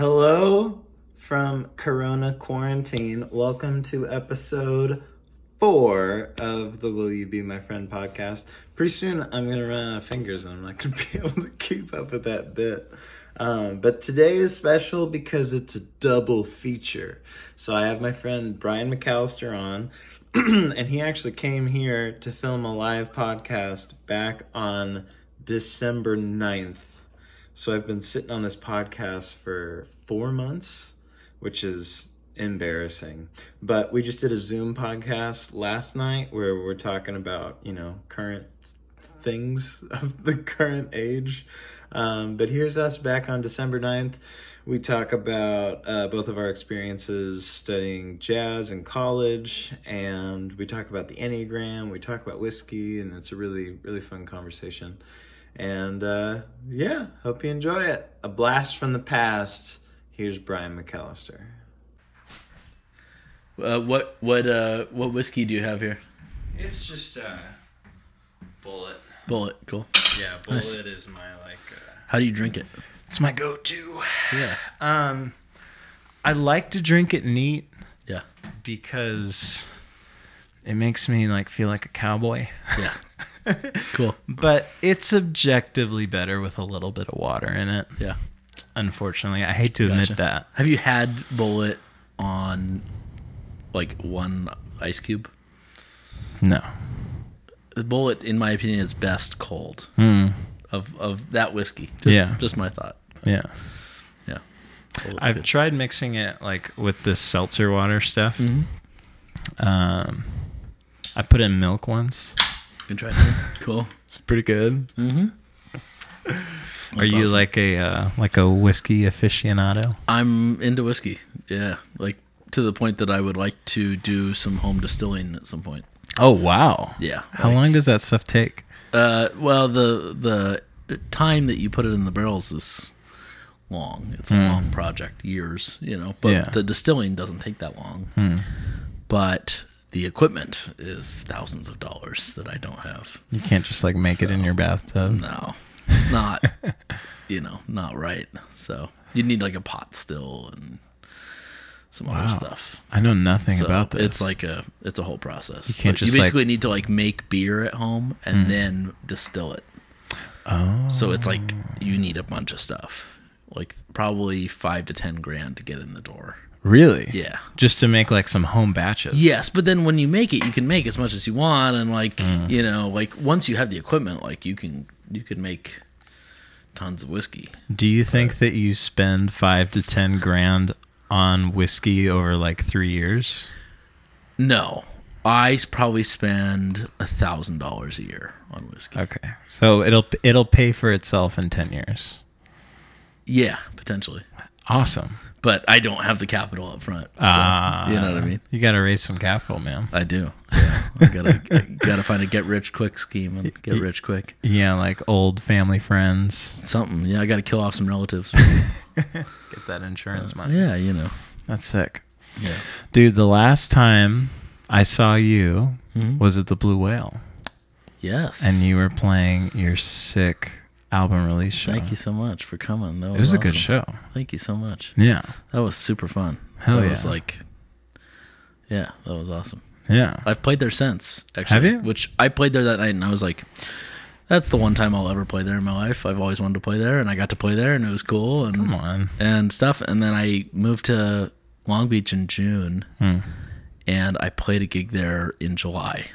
Hello from Corona Quarantine. Welcome to episode four of the Will You Be My Friend podcast. Pretty soon I'm going to run out of fingers and I'm not going to be able to keep up with that bit. Um, but today is special because it's a double feature. So I have my friend Brian McAllister on, and he actually came here to film a live podcast back on December 9th. So I've been sitting on this podcast for four months, which is embarrassing. But we just did a Zoom podcast last night where we're talking about, you know, current things of the current age. Um, but here's us back on December 9th. We talk about uh, both of our experiences studying jazz in college, and we talk about the Enneagram, we talk about whiskey, and it's a really, really fun conversation. And uh, yeah, hope you enjoy it. A blast from the past. Here's Brian McAllister. Uh, what what uh what whiskey do you have here? It's just uh, bullet. Bullet, cool. Yeah, bullet Nice. is my like. Uh, How do you drink it? it's my go-to. Yeah, Um, I like to drink it neat yeah, because it makes me like feel like a cowboy. yeah. cool. But it's objectively better with a little bit of water in it. Yeah. Unfortunately, I hate to admit Gotcha. that. Have you had bullet on like one ice cube? No. The bullet, in my opinion, is best cold of of that whiskey. Just, Hmm. Yeah. just my thought. Yeah. Yeah, Bullet's I've good. tried mixing it like with this seltzer water stuff. Mm-hmm. Um, I put in milk once. interesting. Cool. It's pretty good. Are Mm-hmm. That's you awesome. like a uh, like a whiskey aficionado? I'm into whiskey. Yeah, like to the point that I would like to do some home distilling at some point. Oh wow! Yeah. How like- long does that stuff take? Uh, well, the the time that you put it in the barrels is long. It's a long project, years, you know. But Yeah. the distilling doesn't take that long. Hmm. But the equipment is thousands of dollars that I don't have. You can't just like make it in your bathtub. No, not you know, not right. So you need like a pot still and some other stuff. I know nothing So about this. It's like a it's a whole process. You can't just, you like- Hmm. basically need to like make beer at home and then distill it. Oh. So it's like you need a bunch of stuff. Like probably five to ten grand to get in the door. really, Yeah. just to make like some home batches. Yes, but then when you make it, you can make as much as you want, and like Hmm. you know, like once you have the equipment, like you can you can make tons of whiskey. Do you think that you spend five to ten grand on whiskey over like three years? No, I s- probably spend a thousand dollars a year on whiskey. Okay, so it'll it'll pay for itself in ten years. Yeah, potentially. Awesome. but I don't have the capital up front. So, Ah. you know what I mean? You got to raise some capital, man. I do. Yeah. I gotta I gotta find a get rich quick scheme and get rich quick. Yeah, like old family friends. Something. Yeah, I gotta kill off some relatives. Get that insurance money. yeah, you know. Uh, That's sick. Yeah. Dude, the last time I saw you Mm-hmm. was at the Blue Whale, Yes. and you were playing your sick album release show. Thank you so much for coming. That was It was a awesome. good show. Thank you so much. Yeah, That was super fun. Hell that was yeah. like Yeah, that was awesome. yeah. I've played there since, actually. Have you? Which I played there that night and I was like that's the one time I'll ever play there in my life. I've always wanted to play there and I got to play there and it was cool and Come on. and stuff. And then I moved to Long Beach in June, Mm. and I played a gig there in July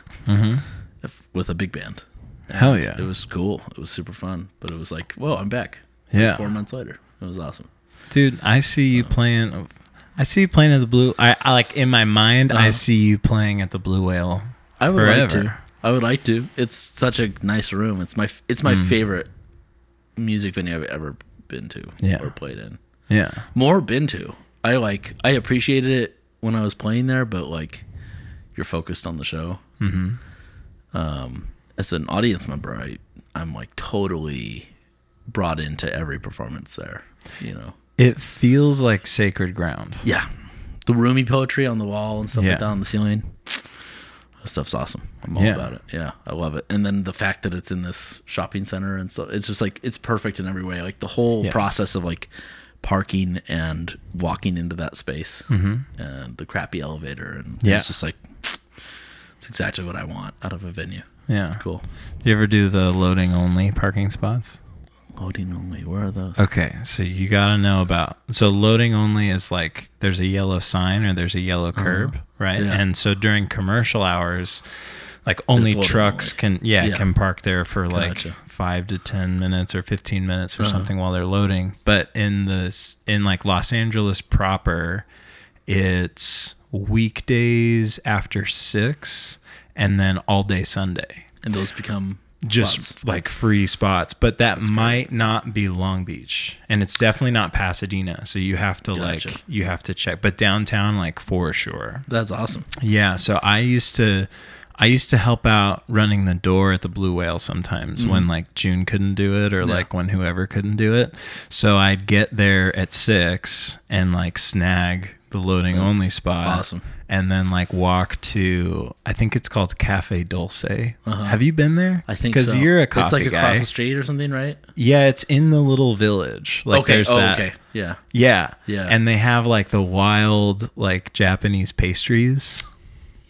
if- with a big band. Mm-hmm. Hell yeah. It was cool. It was super fun. But it was like, whoa, I'm back. Yeah. Four months later, it was awesome. Dude, I see you playing. I see you playing at the Blue. I, I like in my mind. Uh-huh. I see you playing at the Blue Whale. I would like to. Forever. I would like to. It's such a nice room. It's my f- it's my Mm. favorite music venue I've ever been to Yeah. or played in. Yeah. More been to. I like. I appreciated it when I was playing there, but like, you're focused on the show. Mm-hmm. Um, as an audience member, I I'm like totally brought into every performance there. You know. It feels like sacred ground. Yeah. The roomy poetry on the wall and stuff Yeah. like that on the ceiling. That stuff's awesome. I'm all Yeah. about it. Yeah, I love it. And then the fact that it's in this shopping center and stuff, it's just like it's perfect in every way. Like the whole Yes. process of like parking and walking into that space and the crappy elevator and Mm-hmm. Yeah. it's just like it's exactly what I want out of a venue. Yeah. It's cool. You ever do the loading only parking spots? Loading only. Where are those? Okay, so you gotta know about so loading only is like there's a yellow sign or there's a yellow curb, right? Uh-huh. Yeah. And so during commercial hours, like only loading trucks can yeah, Yeah. can park there for Gotcha. Uh-huh. like five to ten minutes or fifteen minutes or something while they're loading. But in this in like Los Angeles proper, it's weekdays after six and then all day Sunday And those become just spots. like free spots, but that might not be Long Beach, and it's definitely not Pasadena. So you have to Gotcha. like you have to check, but downtown like for sure. That's awesome. Yeah. So I used to, I used to help out running the door at the Blue Whale sometimes Mm-hmm. when like June couldn't do it or like when whoever couldn't do it. So I'd get there at six and like snag the loading only spot. awesome. And then like walk to I think it's called Cafe Dulce. Have you been there? Uh-huh. I think because so. you're a coffee It's like guy. across the street or something, right? Yeah, it's in the little village. Like okay. there's oh, that. okay. Yeah. Yeah. Yeah. And they have like the wild like Japanese pastries.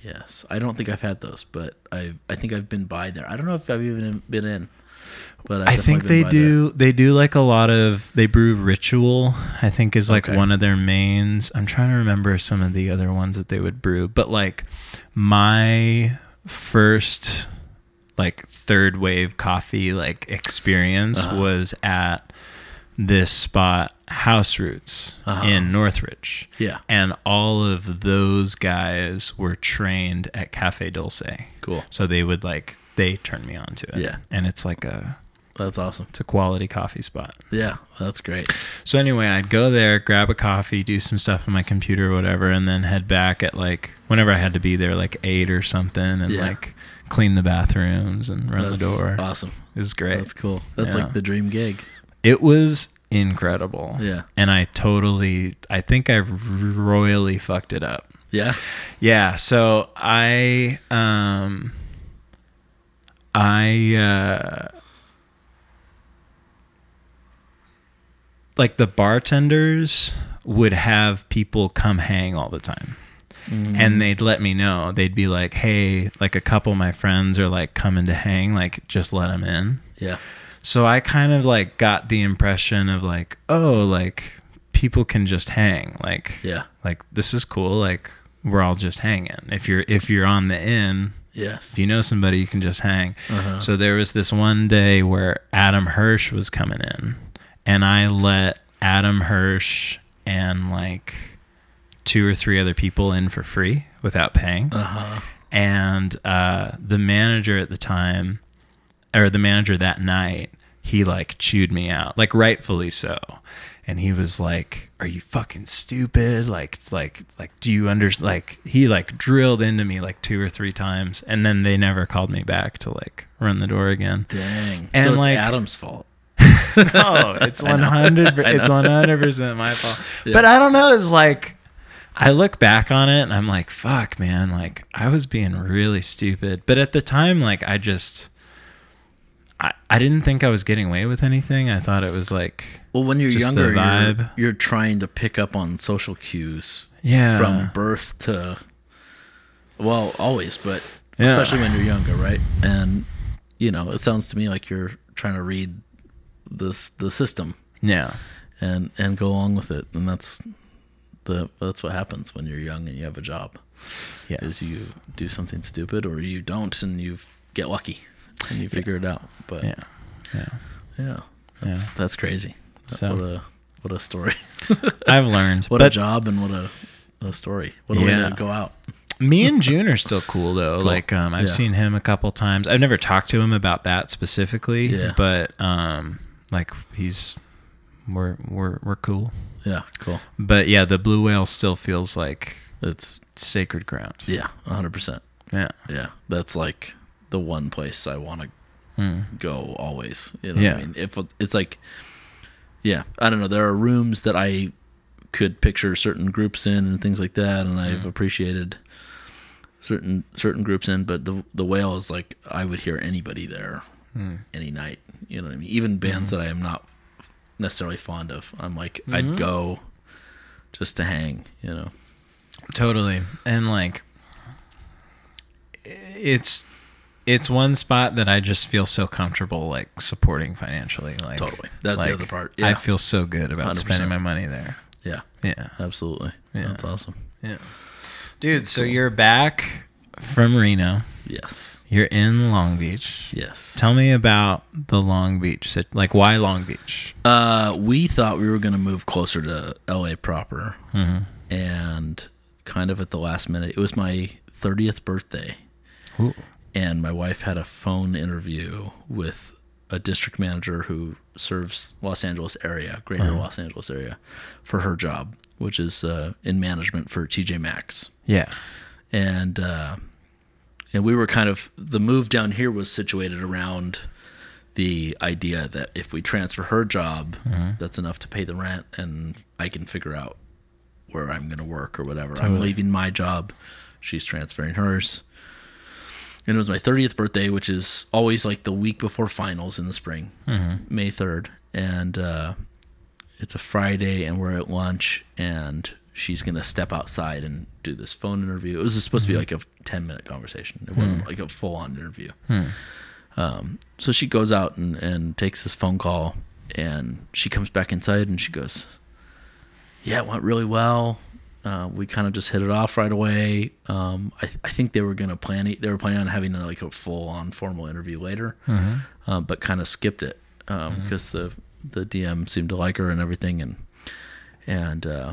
Yes. I don't think I've had those, but I I think I've been by there. I don't know if I've even been in. But I've I think definitely they been by there. do. They do like a lot of. They brew ritual. I think is like Okay. one of their mains. I'm trying to remember some of the other ones that they would brew. But like my first, like third wave coffee like experience Uh-huh. was at this spot, House Roots in Northridge. Uh-huh. Yeah. and all of those guys were trained at Cafe Dulce. Cool. So they would like they turned me on to it. Yeah. and it's like a That's awesome. it's a quality coffee spot. Yeah, that's great. So anyway, I'd go there, grab a coffee, do some stuff on my computer or whatever, and then head back at like whenever I had to be there, like eight or something, and Yeah. like clean the bathrooms and run That's the door. awesome. It was great. That's cool. That's Yeah. like the dream gig. It was incredible. Yeah. And I totally I think I royally fucked it up. Yeah. Yeah, so I um I uh like the bartenders would have people come hang all the time. And they'd let me know. They'd be like, "Hey, like a couple of my friends are like coming to hang, like just let them in." Yeah. So I kind of like got the impression of like, "Oh, like people can just hang." Like Yeah. like this is cool like we're all just hanging if you're if you're on the inn Yes. do you know somebody you can just hang so there was this one day where adam hirsch was coming in and i let adam hirsch and like two or three other people in for free without paying and uh, the manager at the time or the manager that night he like chewed me out like rightfully so and he was like are you fucking stupid like like like do you under like he like drilled into me like two or three times and then they never called me back to like run the door again Dang. And, so it's like- Adam's fault. no, it's one hundred. It's one hundred percent my fault. Yeah. But I don't know. It's like I look back on it and I'm like, fuck, man. Like I was being really stupid. But at the time, like I just, I I didn't think I was getting away with anything. I thought it was like, Well, when you're Just the younger, you're, vibe. you're trying to pick up on social cues yeah, from birth to, well, always, but Yeah. especially when you're younger, right? And, you know, it sounds to me like you're trying to read this the system yeah, and and go along with it and that's the that's what happens when you're young and you have a job yeah. is you do something stupid or you don't and you get lucky and you figure it out but yeah, yeah. Yeah, that's that's crazy. That- So- What a what a story. I've learned. What a but job and what a, a story. What a way Yeah. to go out. me and June are still cool though. Like um, I've Yeah. seen him a couple times. I've never talked to him about that specifically. Yeah. But um, like he's we're we're we're cool. Yeah, cool. But yeah, the blue whale still feels like It's sacred ground. yeah, hundred percent. Yeah. Yeah, that's like the one place I want to Mm. go always. You know, Yeah. what I mean, if it's like, yeah, I don't know. There are rooms that I could picture certain groups in and things like that, and Mm-hmm. I've appreciated certain certain groups in. But the the whale is like Mm. Mm-hmm. I would hear anybody there any night. You know what I mean? Even bands that I am not necessarily fond of. I'm like, I'd go just to hang, you know. Totally. And like it's it's one spot that I just feel so comfortable like supporting financially. Like Totally. That's the like, other part. I Yeah. feel so good about 100%. spending my money there. Yeah, Yeah. absolutely. Yeah. That's awesome. Yeah. Dude, so you're back from Reno. Yes. You're in Long Beach. Yes. Tell me about the Long Beach. sit- Like why Long Beach? Uh, we thought we were going to move closer to LA proper, Mm-hmm. and kind of at the last minute, it was my thirtieth birthday, and my wife had a phone interview with a district manager who serves Los Angeles area, greater Los Angeles area, for her job, which is uh, in management for TJ Maxx Yeah. and uh, and we were kind of the move down here was situated around the idea that if we transfer her job, that's enough to pay the rent, and I can figure out where I'm going to work or whatever. I'm leaving my job; she's transferring hers. And it was my 30th birthday, which is always like the week before finals in the spring, May 3rd, and uh, it's a Friday and we're at lunch and she's gonna step outside and do this phone interview. It was supposed to be like a ten minute conversation. It wasn't like a full on interview. Um, so she goes out and, and takes this phone call and she comes back inside and she goes, Yeah, it went really well. Uh, we kind of just hit it off right away. Um, I, I think they were gonna plan it. They were planning on having a, like a full on formal interview later, um, but kind of skipped it because the the DM seemed to like her and everything, and and uh,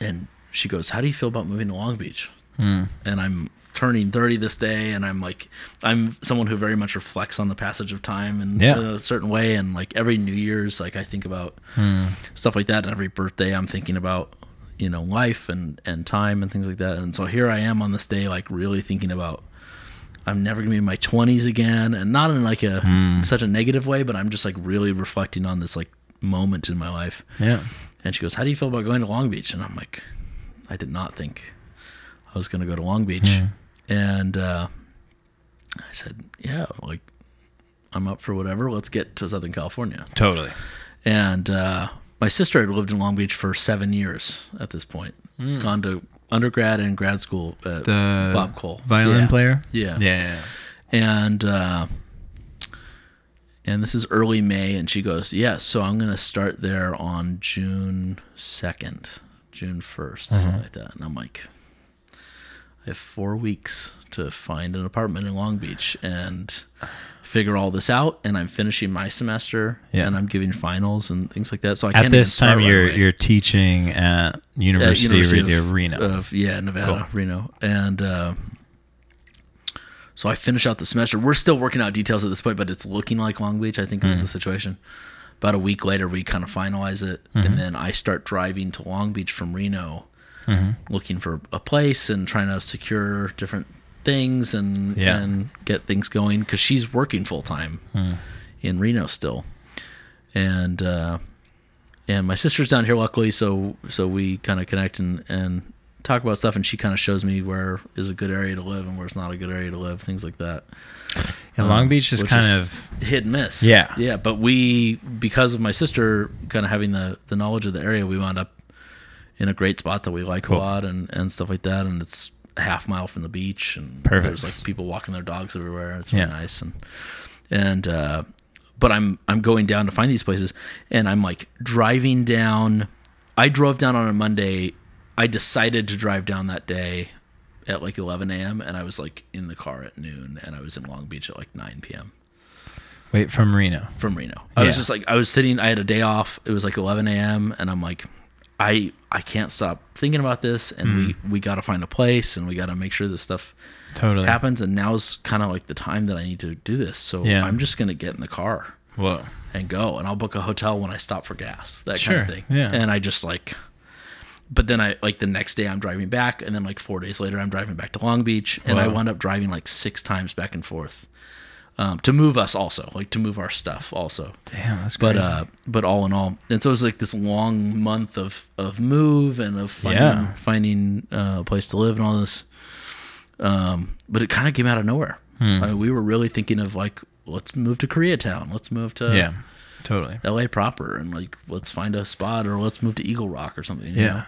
and she goes, "How do you feel about moving to Long Beach?" And I'm turning 30 this day, and I'm like, I'm someone who very much reflects on the passage of time in, Yeah. in a certain way, and like every New Year's, like I think about stuff like that, and every birthday, I'm thinking about you know life and and time and things like that, and so here I am on this day, like really thinking about. I'm never gonna be in my 20s again, and not in like a such a negative way, but I'm just like really reflecting on this like moment in my life. Yeah. And she goes, "How do you feel about going to Long Beach?" And I'm like, "I did not think I was going to go to Long Beach." Hmm. And uh, I said, "Yeah, like I'm up for whatever. Let's get to Southern California." Totally. And uh, my sister had lived in Long Beach for seven years at this point, gone to undergrad and grad school at Hmm. The Bob Cole Violin Yeah. player? Yeah. Yeah. and uh, and this is early May, and she goes, "Yes, so I'm going to start there on June second, June 1st Mm-hmm. something like that." And I'm like, "I have four weeks to find an apartment in Long Beach and figure all this out, and I'm finishing my semester, Yeah. and I'm giving finals and things like that." So I At can't even this start time right you're away you're teaching at at University, of, University Reno. of- uh, yeah, Nevada, Reno. And uh, so I finish out the semester. We're still working out details at this point, but it's looking like Long Beach, I think Hmm. was the situation. About a week later, we kind of finalize it. And then I start driving to Long Beach from Reno, looking for a place and trying to secure different things and, Yeah. and get things going because she's working full time in Reno still. And, uh, and my sister's down here luckily so so we kind of connect and and talk about stuff and she kind of shows me where is a good area to live and where's not a good area to live things like that and Long Beach is Uh, which kind is of hit and miss Yeah. yeah but we because of my sister kind of having the the knowledge of the area we wound up in a great spot that we like a lot and and stuff like that and it's a half mile from the beach and Perfect. there's like people walking their dogs everywhere it's really Yeah. nice and and uh but i'm i'm going down to find these places and i'm like driving down i drove down on a monday i decided to drive down that day at like 11 a.m and i was like in the car at noon and i was in long beach at like 9 p.m wait from Reno. from Reno. I was Yeah. just like I was sitting. I had a day off. It was like 11 a.m. and I'm like, I I can't stop thinking about this. And Hmm. we we got to find a place and we got to make sure this stuff Totally. happens. And now's kind of like the time that I need to do this. So Yeah. I'm just gonna get in the car Whoa. and go, and I'll book a hotel when I stop for gas. That Sure, kind of thing. yeah. And I just like. But then I like the next day I'm driving back, and then like four days later I'm driving back to Long Beach, and I Wow. wound up driving like six times back and forth um, to move us also, like to move our stuff also Damn, that's but crazy. uh but all in all and so it was like this long month of of move and of finding, Yeah. finding uh, a place to live and all this um but it kind of Hmm. came out of nowhere I mean, we were really thinking of like let's move to koreatown let's move to yeah. Totally. LA proper and like let's find a spot or let's move to Eagle Rock or something. you know? Yeah.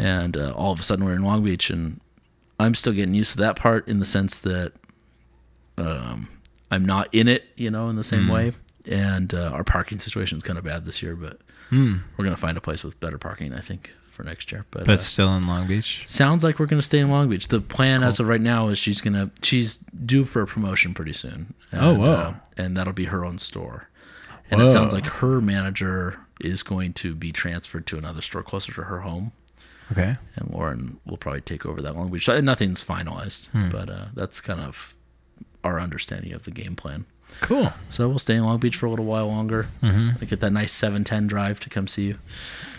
And uh, all of a sudden we're in Long Beach and I'm still getting used to that part in the sense that um, I'm not in it, you know, in the Hmm. same way. And uh, our parking situation's kind of bad this year, but Hmm. we're gonna find a place with better parking, I think, for next year. But, uh, But still in Long Beach. sounds like we're gonna stay in Long Beach. The plan as of right now is she's gonna she's due for a promotion pretty soon. And, uh, Oh, whoa. and that'll be her own store. And it sounds Whoa. like her manager is going to be transferred to another store closer to her home, Okay. and Lauren will probably take over that Long Beach. So, Nothing's finalized, Hmm. but uh, that's kind of our understanding of the game plan. Cool. So we'll stay in Long Beach for a little while longer. Mm-hmm. I get that nice 710 drive to come see you.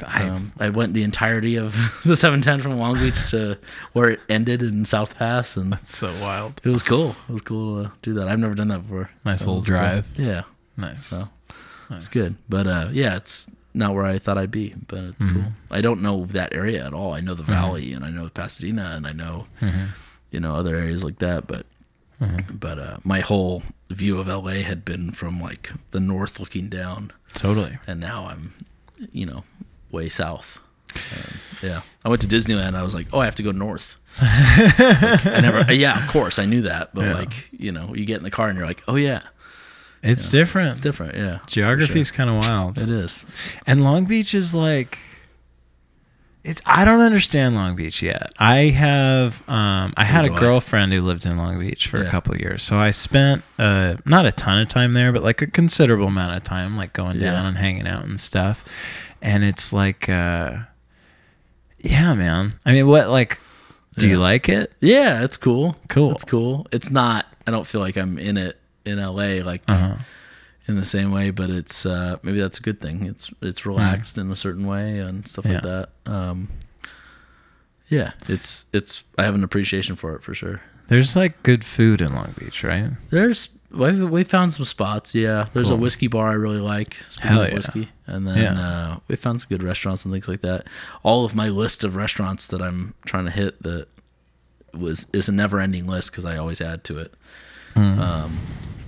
I, um, I went the entirety of the 710 from Long Beach to where it ended in South Pass, and So wild. it was cool. It was cool to do that. I've never done that before. Nice So little it was cool. drive. Yeah, Nice. so it's good. But uh, yeah, it's not where I thought I'd be, but it's Mm-hmm. cool. I don't know that area at all. I know the valley, and I know Pasadena, and I know Mm-hmm. you know other areas like that, but but uh, my whole view of LA had been from like the north looking down, Totally. and now I'm, you know, way south. Um, yeah, I went to Disneyland. I was like, oh, I have to go north. Like, I never, yeah, of course, I knew that, but Yeah. like, you know, you get in the car and you're like, oh yeah, It's different. it's different. Yeah, for Geography's kind of wild. sure. It is. And Long Beach is like it's I don't understand Long Beach yet. I have um I had a do I. girlfriend who lived in Long Beach for Yeah. a couple years. So I spent uh not a ton of time there, but like a considerable amount of time like going Yeah. down and hanging out and stuff. And it's like uh yeah, man. I mean, what like do you Yeah. like it? Yeah, it's cool. Cool. It's cool. It's not. I don't feel like I'm in it in LA like Uh-huh. in the same way, but it's uh, maybe that's a good thing. It's it's relaxed in a certain way and stuff like Yeah. that. Um, yeah, it's it's. I have an appreciation for it for sure. There's like good food in Long Beach, right? There's we we found some spots. Yeah, there's a Cool. whiskey bar I really like. Speaking Hell of yeah. whiskey, and then Yeah. uh, we found some good restaurants and things like that. All of my list of restaurants that I'm trying to hit that was is a never ending list because I always add to it. Mm-hmm. Um,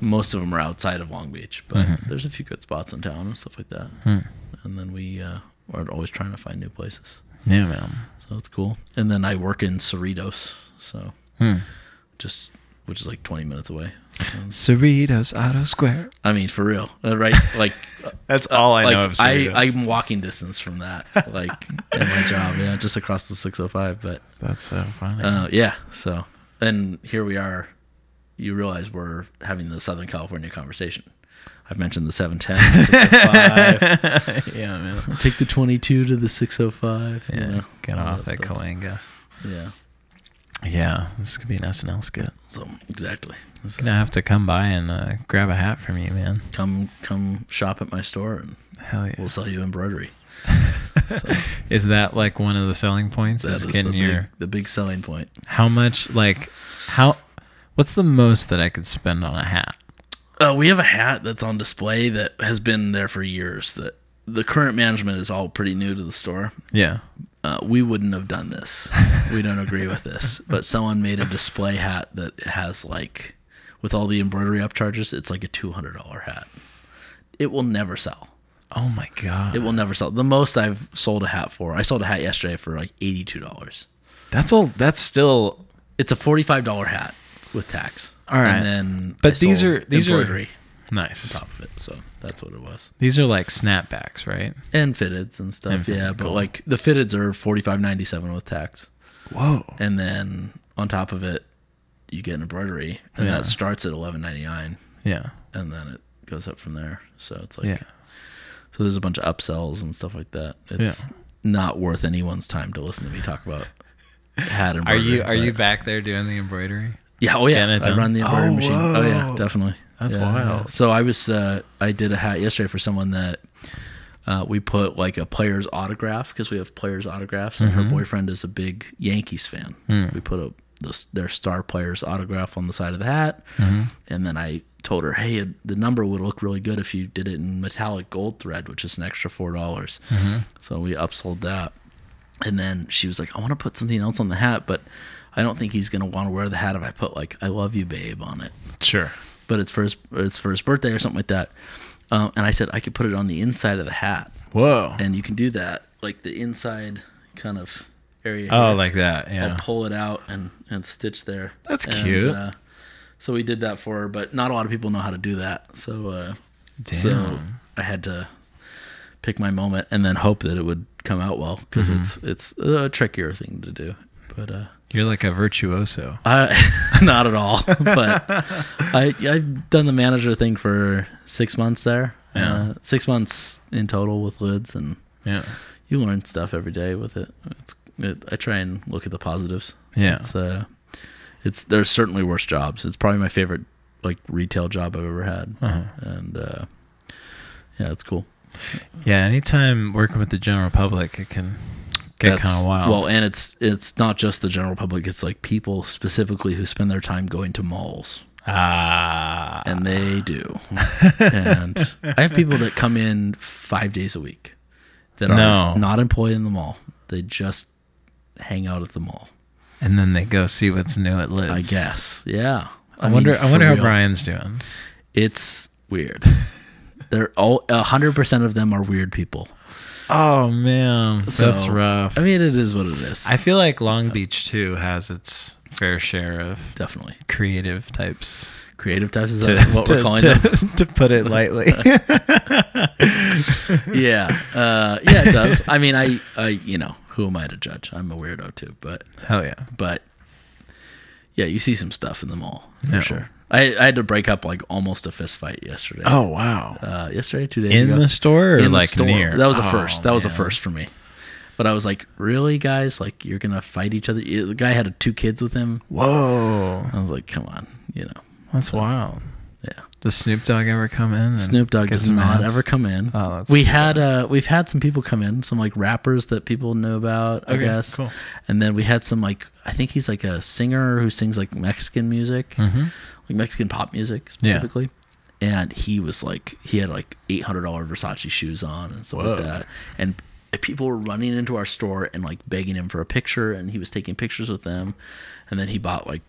most of them are outside of Long Beach, but there's a few good spots in town and stuff like that. Hmm. And then we uh, are always trying to find new places, Yeah, man. so it's cool. And then I work in Cerritos, so Hmm. just which is like 20 minutes away. Cerritos Auto Square. I mean, for real, Uh, right? Like, That's all uh, I like know of I, Cerritos. I'm walking distance from that, like, at my job, yeah, just across the 605. But That's so funny. uh, yeah, so and here we are. You realize we're having the Southern California conversation. I've mentioned the 710, 605. yeah, man. Take the 22 to the 605. you know, Get all off that at stuff. Coanga. Yeah, Yeah, this could be an SNL skit. so exactly. So Gonna have to come by and uh, grab a hat from you, man. come, come shop at my store, and Hell yeah! we'll sell you embroidery. so Is that like one of the selling points? that Is is the getting your big, the big selling point. how much like how? What's the most that I could spend on a hat? Uh, we have a hat that's on display that has been there for years. That the current management is all pretty new to the store. Yeah. Uh, we wouldn't have done this. We don't agree with this. But someone made a display hat that has like, with all the embroidery upcharges, it's like a two hundred dollar hat. It will never sell. Oh my god, It will never sell. The most I've sold a hat for, I sold a hat yesterday for like eighty two dollars. that's all. That's still. It's a forty five dollar hat with tax. All right. And then, But these sold are- these are- embroidery Nice. on top of it. So that's what it was. These are like snapbacks, right? and fitteds and stuff. And yeah, fitted, but cool. like the fitteds are forty five ninety seven with tax, Whoa. and then on top of it, you get an embroidery, and Yeah. that starts at eleven ninety nine, Yeah. and then it goes up from there. So it's like Yeah. so there's a bunch of upsells and stuff like that. It's Yeah. not worth anyone's time to listen to me talk about hat Are embroidery. you are you but- back there doing the embroidery? Yeah, oh yeah, Getting it I done? run the embroidery Oh, machine. Oh yeah, whoa. definitely. That's Yeah, yeah. wild. So I was uh, I did a hat yesterday for someone that uh, we put like a player's autograph because we have players autographs, and Mm-hmm. her boyfriend is a big Yankees fan. Hmm. We put a the, their star player's autograph on the side of the hat, Mm-hmm. and then I told her, "Hey, the number would look really good if you did it in metallic gold thread, which is an extra four dollars." Mm-hmm. So we upsold that. And then she was like, I want to put something else on the hat, but I don't think he's going to want to wear the hat if I put like, I love you, babe on it. Sure. But it's for his, it's for his birthday or something like that. Um, and I said I could put it on the inside of the hat, Whoa. and you can do that, like the inside kind of area. Oh, here. like that. I'll Yeah. pull it out and and stitch there. That's And, cute. uh, so we did that for her, but not a lot of people know how to do that. So uh, Damn. so I had to pick my moment and then hope that it would come out well because Mm-hmm. it's it's a trickier thing to do. But uh, You're like a virtuoso. I Uh, not at all. But I I've done the manager thing for six months there. Yeah. Uh, six months in total with lids, and Yeah. you learn stuff every day with it. It's it, I try and look at the positives. Yeah. It's uh, it's there's certainly worse jobs. It's probably my favorite like retail job I've ever had, Uh-huh. and uh, yeah, it's cool. Yeah. Anytime working with the general public, it can get That's- kind of wild. Well, and it's it's not just the general public. It's like people specifically who spend their time going to malls, ah. and they do. and I have people that come in five days a week that are No. not employed in the mall. They just hang out at the mall. and then they go see what's new at Lids. I guess. Yeah. I, wonder. mean, I wonder for how real. Brian's doing. It's weird. They're all hundred percent of them are weird people. Oh man, that's So, rough. I mean, it is what it is. I feel like Long Beach too has its fair share of Definitely creative types. creative types is that what we're calling to, them. to put it lightly. yeah, uh, yeah, it does. I mean, I, I, you know, who am I to judge? I'm a weirdo too, but, Hell yeah. but, yeah, you see some stuff in the mall for Yeah. sure. I, I had to break up like almost a fist fight yesterday. Oh wow. Uh, yesterday, two days in ago, the store or in the like store. near? That was a Oh, first. That was a man. first for me. But I was like, really, guys? Like, you're gonna fight each other? The guy had two kids with him. Whoa, I was like, come on, you know. that's wild. Yeah. Does Snoop Dogg ever come in? and Snoop Dogg get does some not ads? ever come in. Oh, that's we too had uh, we've had some people come in, some like rappers that people know about, I Okay, guess. cool. And then we had some like I think he's like a singer who sings like Mexican music, like Mexican pop music Mm-hmm. Yeah. specifically. And he was like he had like eight hundred dollar Versace shoes on and stuff like Whoa. that. And people were running into our store and like begging him for a picture, and he was taking pictures with them. And then he bought like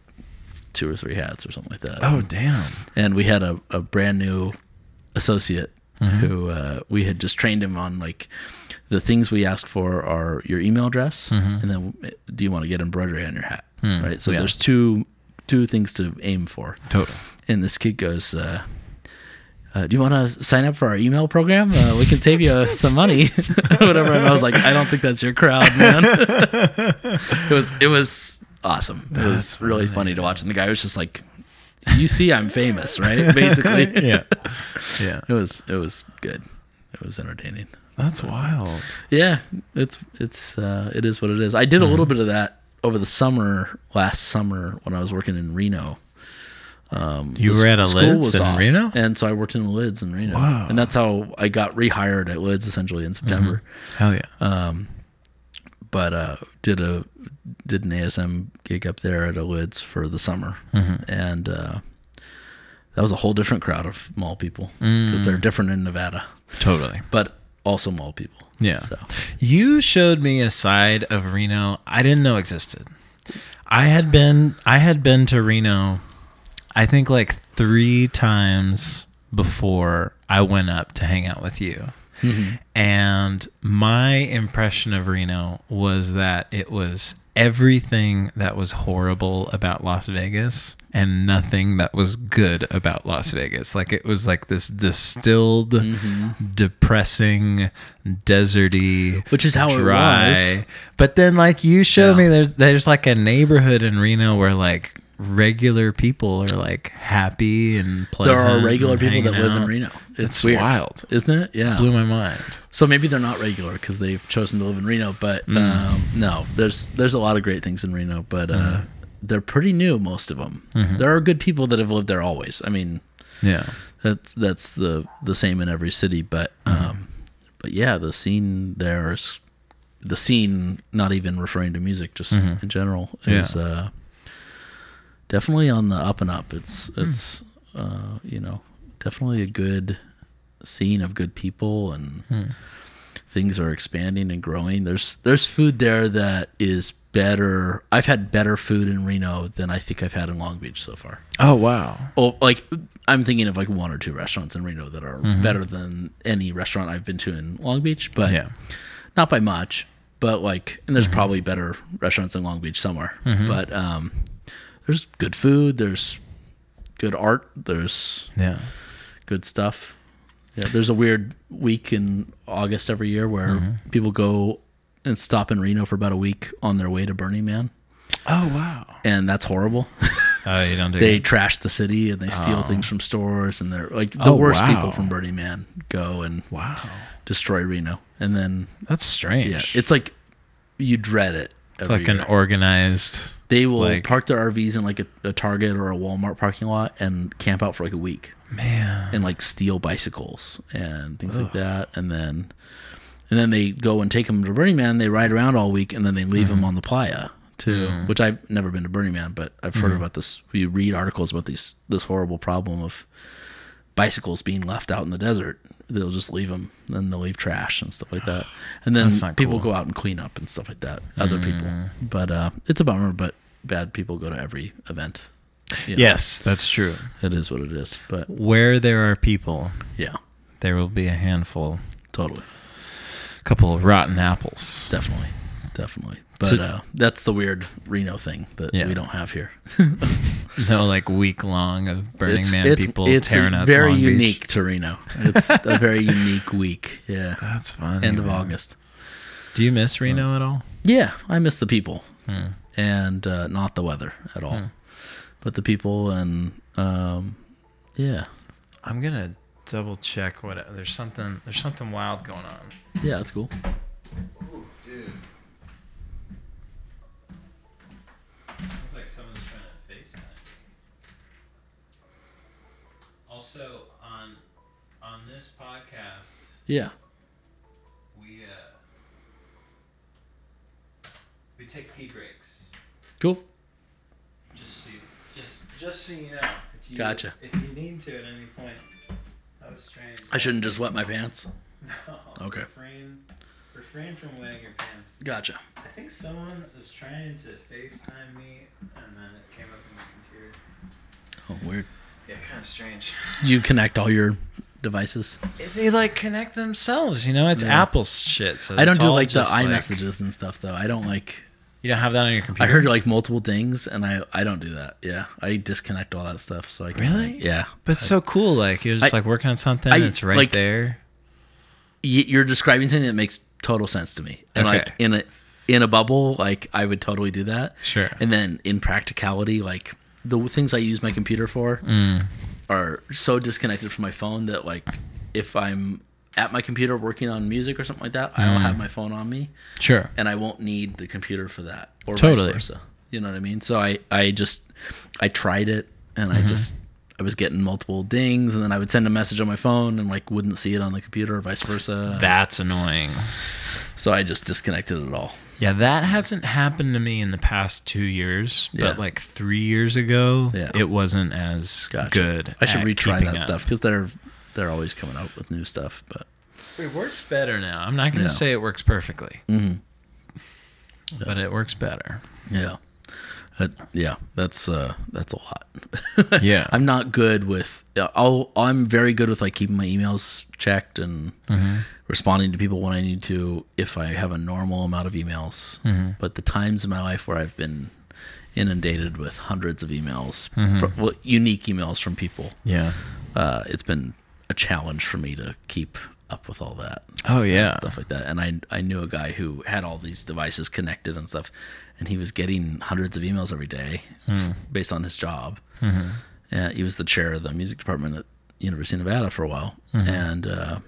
two or three hats or something like that Oh damn. and we had a, a brand new associate who uh, we had just trained him on like the things we ask for are your email address and then uh, do you want to get embroidery on your hat right so there's two two things to aim for Total. and this kid goes uh, uh, do you want to sign up for our email program? Uh, we can save you some money, whatever. And I was like, I don't think that's your crowd, man. it was it was awesome. it was really funny to watch, and the guy was just like, "You see, I'm famous, right?" Basically, Yeah. yeah. it was it was good. It was entertaining. That's wild. Yeah, it's it's uh, it is what it is. I did a little Mm-hmm. bit of that over the summer last summer when I was working in Reno. Um, You the were at a s- school Lids was in Reno? and so I worked in Lids in Reno, Wow. Mm-hmm. and that's how I got rehired at Lids essentially in September. Hell yeah. But uh, did a did an ASM gig up there at a Lids for the summer, Mm-hmm. and uh, that was a whole different crowd of mall people because Mm. they're different in Nevada, totally. but also mall people. Yeah. So You showed me a side of Reno I didn't know existed. I had been I had been to Reno I think like 3 times before I went up to hang out with you. Mm-hmm. And my impression of Reno was that it was everything that was horrible about Las Vegas and nothing that was good about Las Vegas. Like it was like this distilled, depressing, deserty, Mm-hmm. Which is how it was. But then like you showed Yeah. me there's there's like a neighborhood in Reno where like regular people are like happy and pleasant. there are regular and people that hanging live in out. Reno. It's, It's weird, wild. isn't it? Yeah. Blew my mind. So maybe they're not regular because they've chosen to live in Reno. But Mm. um, no, there's there's a lot of great things in Reno, but uh, Mm-hmm. they're pretty new, most of them. There are good people that have lived there always. I mean, Yeah. that's that's the the same in every city, but um, but yeah, the scene there is the scene. Not even referring to music, just in general is Yeah. uh, definitely on the up and up. It's it's uh, you know definitely a good scene of good people and things are expanding and growing. There's there's food there that is better. I've had better food in Reno than I think I've had in Long Beach so far. Oh wow. Oh, like I'm thinking of like one or two restaurants in Reno that are better than any restaurant I've been to in Long Beach, but Yeah. not by much. But like, and there's probably better restaurants in Long Beach somewhere. But um, there's good food. There's good art. There's Yeah. good stuff. Yeah, there's a weird week in August every year where people go and stop in Reno for about a week on their way to Burning Man, Oh wow. and that's horrible. Oh, you don't do they it. trash the city and they steal things from stores, and they're like the Oh, worst wow. people from Burning Man go and Wow. destroy Reno, and then That's strange. yeah, it's like you dread it. It's every like an year. organized. they will like- park their RVs in like a, a Target or a Walmart parking lot and camp out for like a week. Man. and like steal bicycles and things like that and then and then they go and take them to Burning Man they ride around all week and then they leave Mm-hmm. them on the playa too Mm. which I've never been to Burning Man but I've heard about this you read articles about these this horrible problem of bicycles being left out in the desert they'll just leave them then they'll leave trash and stuff like that and then That's not people cool. Mm. go out and clean up and stuff like that other people but uh it's a bummer but bad people go to every event you know, Yes, that's true. it is what it is but Where there are people, yeah there will be a handful, totally couple of rotten apples. Definitely, definitely. But So- uh, that's the weird Reno thing that Yeah. we don't have here. No, like week long of Burning it's Man it's, people it's tearing up. very Long Beach. unique to Reno. It's a very unique week. Yeah, That's fun. end of August. Do you miss Reno at all? Yeah, I miss the people Hmm. and uh, not the weather at all, but the people and um, yeah, I'm gonna double check what there's something there's something wild going on. yeah, that's cool. Sounds like someone's trying to FaceTime. Also on on this podcast Yeah, we uh, we take pee breaks. cool. Just so you, just just so you know. If you, Gotcha. If you need to at any point. That was strange. I shouldn't just wet my pants. No. Okay. Refrain, refrain from wetting your pants. Gotcha. I think someone was trying to FaceTime me, and then it came up on the computer. Oh, weird. Yeah, kind of strange. You connect all your devices. They like connect themselves, you know. It's Yeah. Apple's shit. So I don't it's do all like the just, like- iMessages and stuff though. I don't like You don't have that on your I computer. heard like multiple things, and I I don't do that. Yeah, I disconnect all that stuff. So I can, Really? yeah. but it's so cool. Like you're just I- like working on something. I- it's right like- there. Y- You're describing something that makes total sense to me, and Okay. like in a in a bubble, like I would totally do that. Sure. And then in practicality, like the w- things I use my computer for Mm. are so disconnected from my phone that like if I'm at my computer working on music or something like that, I'll Mm. have my phone on me. Sure. and I won't need the computer for that or Totally. vice versa. You know what I mean? So I I just I tried it and Mm-hmm. I just I was getting multiple dings and then I would send a message on my phone and like wouldn't see it on the computer or vice versa. That's annoying. so I just disconnected it all. Yeah, that hasn't happened to me in the past two years, Yeah. but like three years ago, Yeah. it wasn't as Gotcha. good. I should at retry keeping that up. stuff because they're they're always coming out with new stuff. But It works better now. I'm not going Yeah. to say it works perfectly, Mm-hmm. but it works better. yeah. Uh, yeah, that's uh, that's a lot. Yeah. I'm not good with. uh, I'll, I'm very good with like keeping my emails checked and responding to people when I need to if I have a normal amount of emails. But the times in my life where I've been inundated with hundreds of emails, fro- well, unique emails from people, yeah. uh, it's been a challenge for me to keep up with all that Oh yeah. stuff like that. And I I knew a guy who had all these devices connected and stuff, and he was getting hundreds of emails every day Hmm. based on his job. Mm-hmm. Uh, he was the chair of the music department at University of Nevada for a while, Mm-hmm. and uh,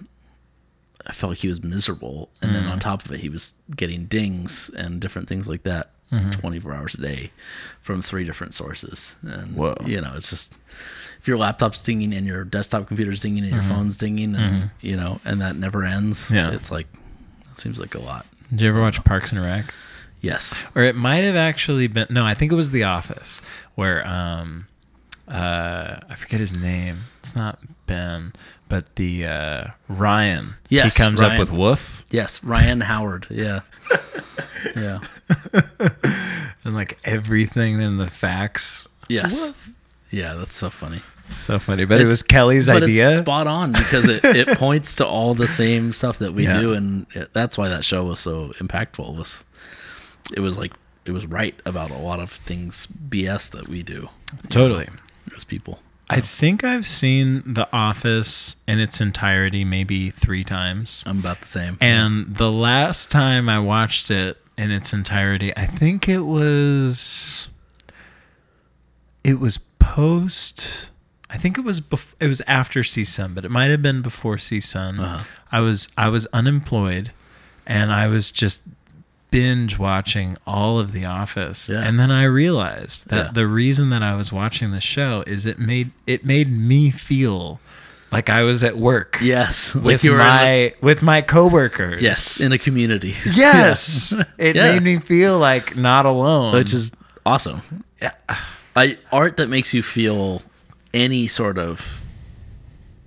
I felt like he was miserable. And then Mm-hmm. on top of it, he was getting dings and different things like that. Mm-hmm. 24 hours a day from three different sources and Whoa. you know it's just if your laptop's dinging and your desktop computer's dinging and your Mm-hmm. phone's dinging and you know and that never ends Yeah. it's like that seems like a lot Did you ever watch Parks and Rec? yes Or it might have actually been no. I think it was The Office, where um, uh, I forget his name. It's not Ben, but the uh, Ryan. Yes, He comes Ryan. up with Woof yes ryan howard yeah yeah and like everything in the facts. yes yeah that's so funny So funny, but it It's- was Kelly's but idea. It's spot on because it, it points to all the same stuff that we Yeah. do, and it, that's why that show was so impactful. Was it was like it was right about a lot of things BS that we do Totally. as people. I think I've seen The Office in its entirety maybe three times. I'm about the same. And the last time I watched it in its entirety, I think it was it was post I think it was bef- it was after CSUN, but it might have been before CSUN. Uh-huh. I was I was unemployed and I was just binge watching all of The Office. Yeah. And then I realized that Yeah. the reason that I was watching the show is it made it made me feel like I was at work yes, like with you were in the- my with my coworkers. yes in a community. Yes. It Yeah. made me feel like not alone. which is awesome. Yeah. I art that makes you feel any sort of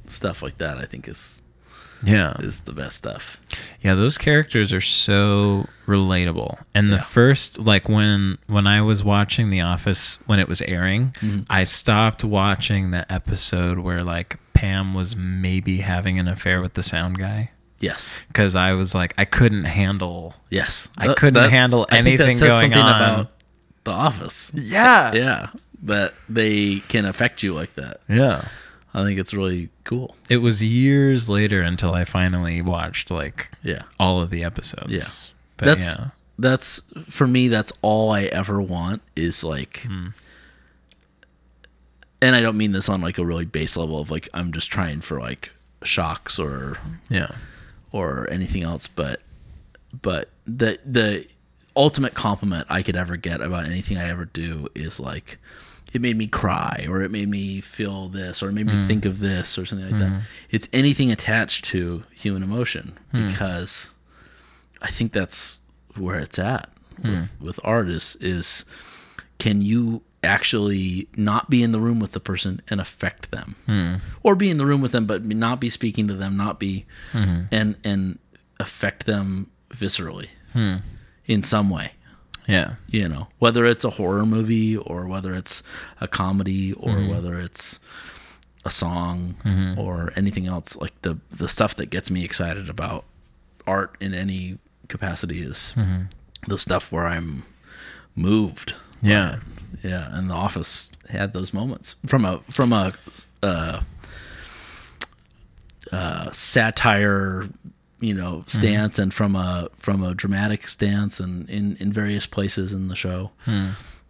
stuff like that. I think is yeah. is the best stuff. Yeah, those characters are so relatable. And the first like when when I was watching The Office when it was airing, I stopped watching the episode where like Pam was maybe having an affair with the sound guy Yes, cuz I was like I couldn't handle yes. I couldn't handle I think that anything says going something on. the office. Yeah. Yeah, that they can affect you like that. Yeah. I think it's really cool. It was years later until I finally watched like Yeah. all of the episodes. Yeah. But that's yeah. that's for me that's all i ever want is like Hmm. and i don't mean this on like a really base level of like i'm just trying for like shocks or Yeah. or anything else but but the the ultimate compliment i could ever get about anything i ever do is like it made me cry or it made me feel this or it made me think of this or something like that it's anything attached to human emotion because i think that's where it's at with, with art is is can you actually not be in the room with the person and affect them or be in the room with them but not be speaking to them not be and and affect them viscerally in some way Yeah. you know whether it's a horror movie or whether it's a comedy or whether it's a song or anything else like the the stuff that gets me excited about art in any capacity is the stuff where i'm moved Yeah. yeah and the office had those moments from a from a uh uh satire you know stance and from a from a dramatic stance and in in various places in the show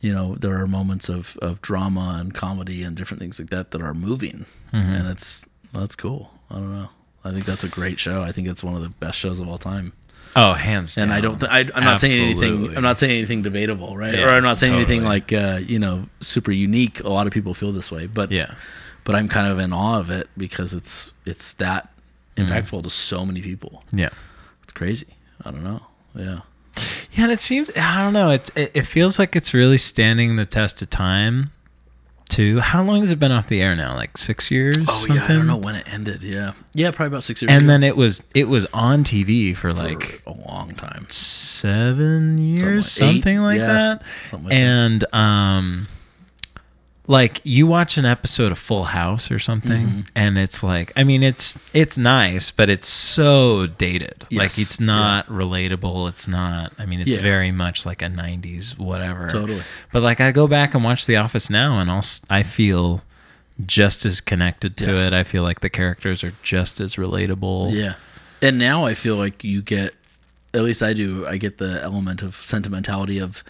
you know there are moments of of drama and comedy and different things like that that are moving and it's that's cool i don't know i think that's a great show i think it's one of the best shows of all time Oh, hands down. and I don't. Th- I, I'm not saying anything. Absolutely. I'm not saying anything debatable, right? Yeah, or I'm not saying anything totally. like uh, you know super unique. A lot of people feel this way, but Yeah. But I'm kind of in awe of it because it's it's that impactful to so many people. Yeah. It's crazy. I don't know. Yeah. Yeah, and it seems I don't know. It's it, it feels like it's really standing the test of time. Too. How long has it been off the air now? Like six years. Oh something? yeah. I don't know when it ended. Yeah. Yeah. Probably about six years. And ago. then it was it was on TV for like For a long time. seven years, Something like eight, something like yeah, that. something like that. and um, like you watch an episode of Full House or something, Mm-hmm. and it's like, I mean, it's it's nice, but it's so dated. Yes, Like it's not relatable. It's not. I mean, it's Yeah. very much like a '90s whatever. Totally. But like, I go back and watch The Office now, and I'll s- I feel just as connected to Yes. it. I feel like the characters are just as relatable. Yeah. And now I feel like you get, at least I do, I get the element of sentimentality of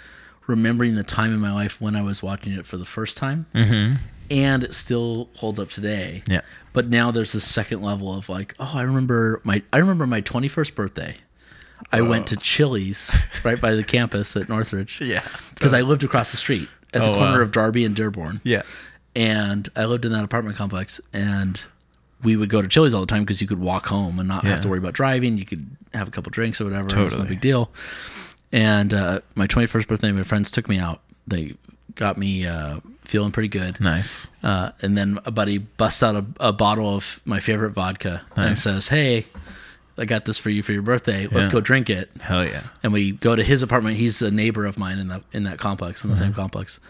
remembering the time in my life when I was watching it for the first time. Mm-hmm. And it still holds up today. Yeah. But now there's this second level of like, oh, I remember my I remember my 21st birthday. I went to Chili's right by the campus at Northridge. Oh. Yeah. Because I lived across the street at the Oh, corner wow. of Darby and Dearborn Yeah. and I lived in that apartment complex, and we would go to Chili's all the time because you could walk home and not have Yeah. to worry about driving. You could have a couple drinks or whatever. It was no Totally. big deal. And uh, my 21st birthday, my friends took me out. They got me uh, feeling pretty good. Nice. Uh, and then a buddy busts out a, a bottle of my favorite vodka and Nice. says, Hey, I got this for you for your birthday. Let's Yeah. go drink it Hell yeah. and we go to his apartment. He's a neighbor of mine in the in that complex, in the same complex.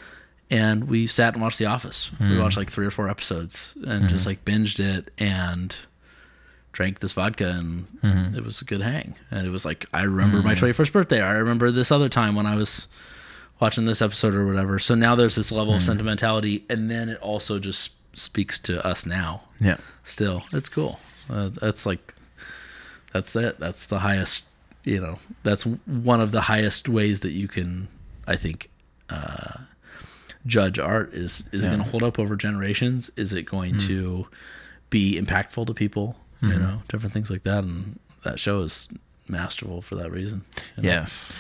and we sat and watched The Office. We watched like three or four episodes and just like binged it and drank this vodka and it was a good hang. And it was like I remember my twenty first birthday. I remember this other time when I was watching this episode or whatever. So now there's this level of sentimentality, and then it also just speaks to us now. Yeah. Still, it's cool. Uh, that's like that's it. That's the highest. You know, that's one of the highest ways that you can, I think, uh, judge art is is it going to hold up over generations is it going to be impactful to people you know different things like that and that show is masterful for that reason you know? Yes.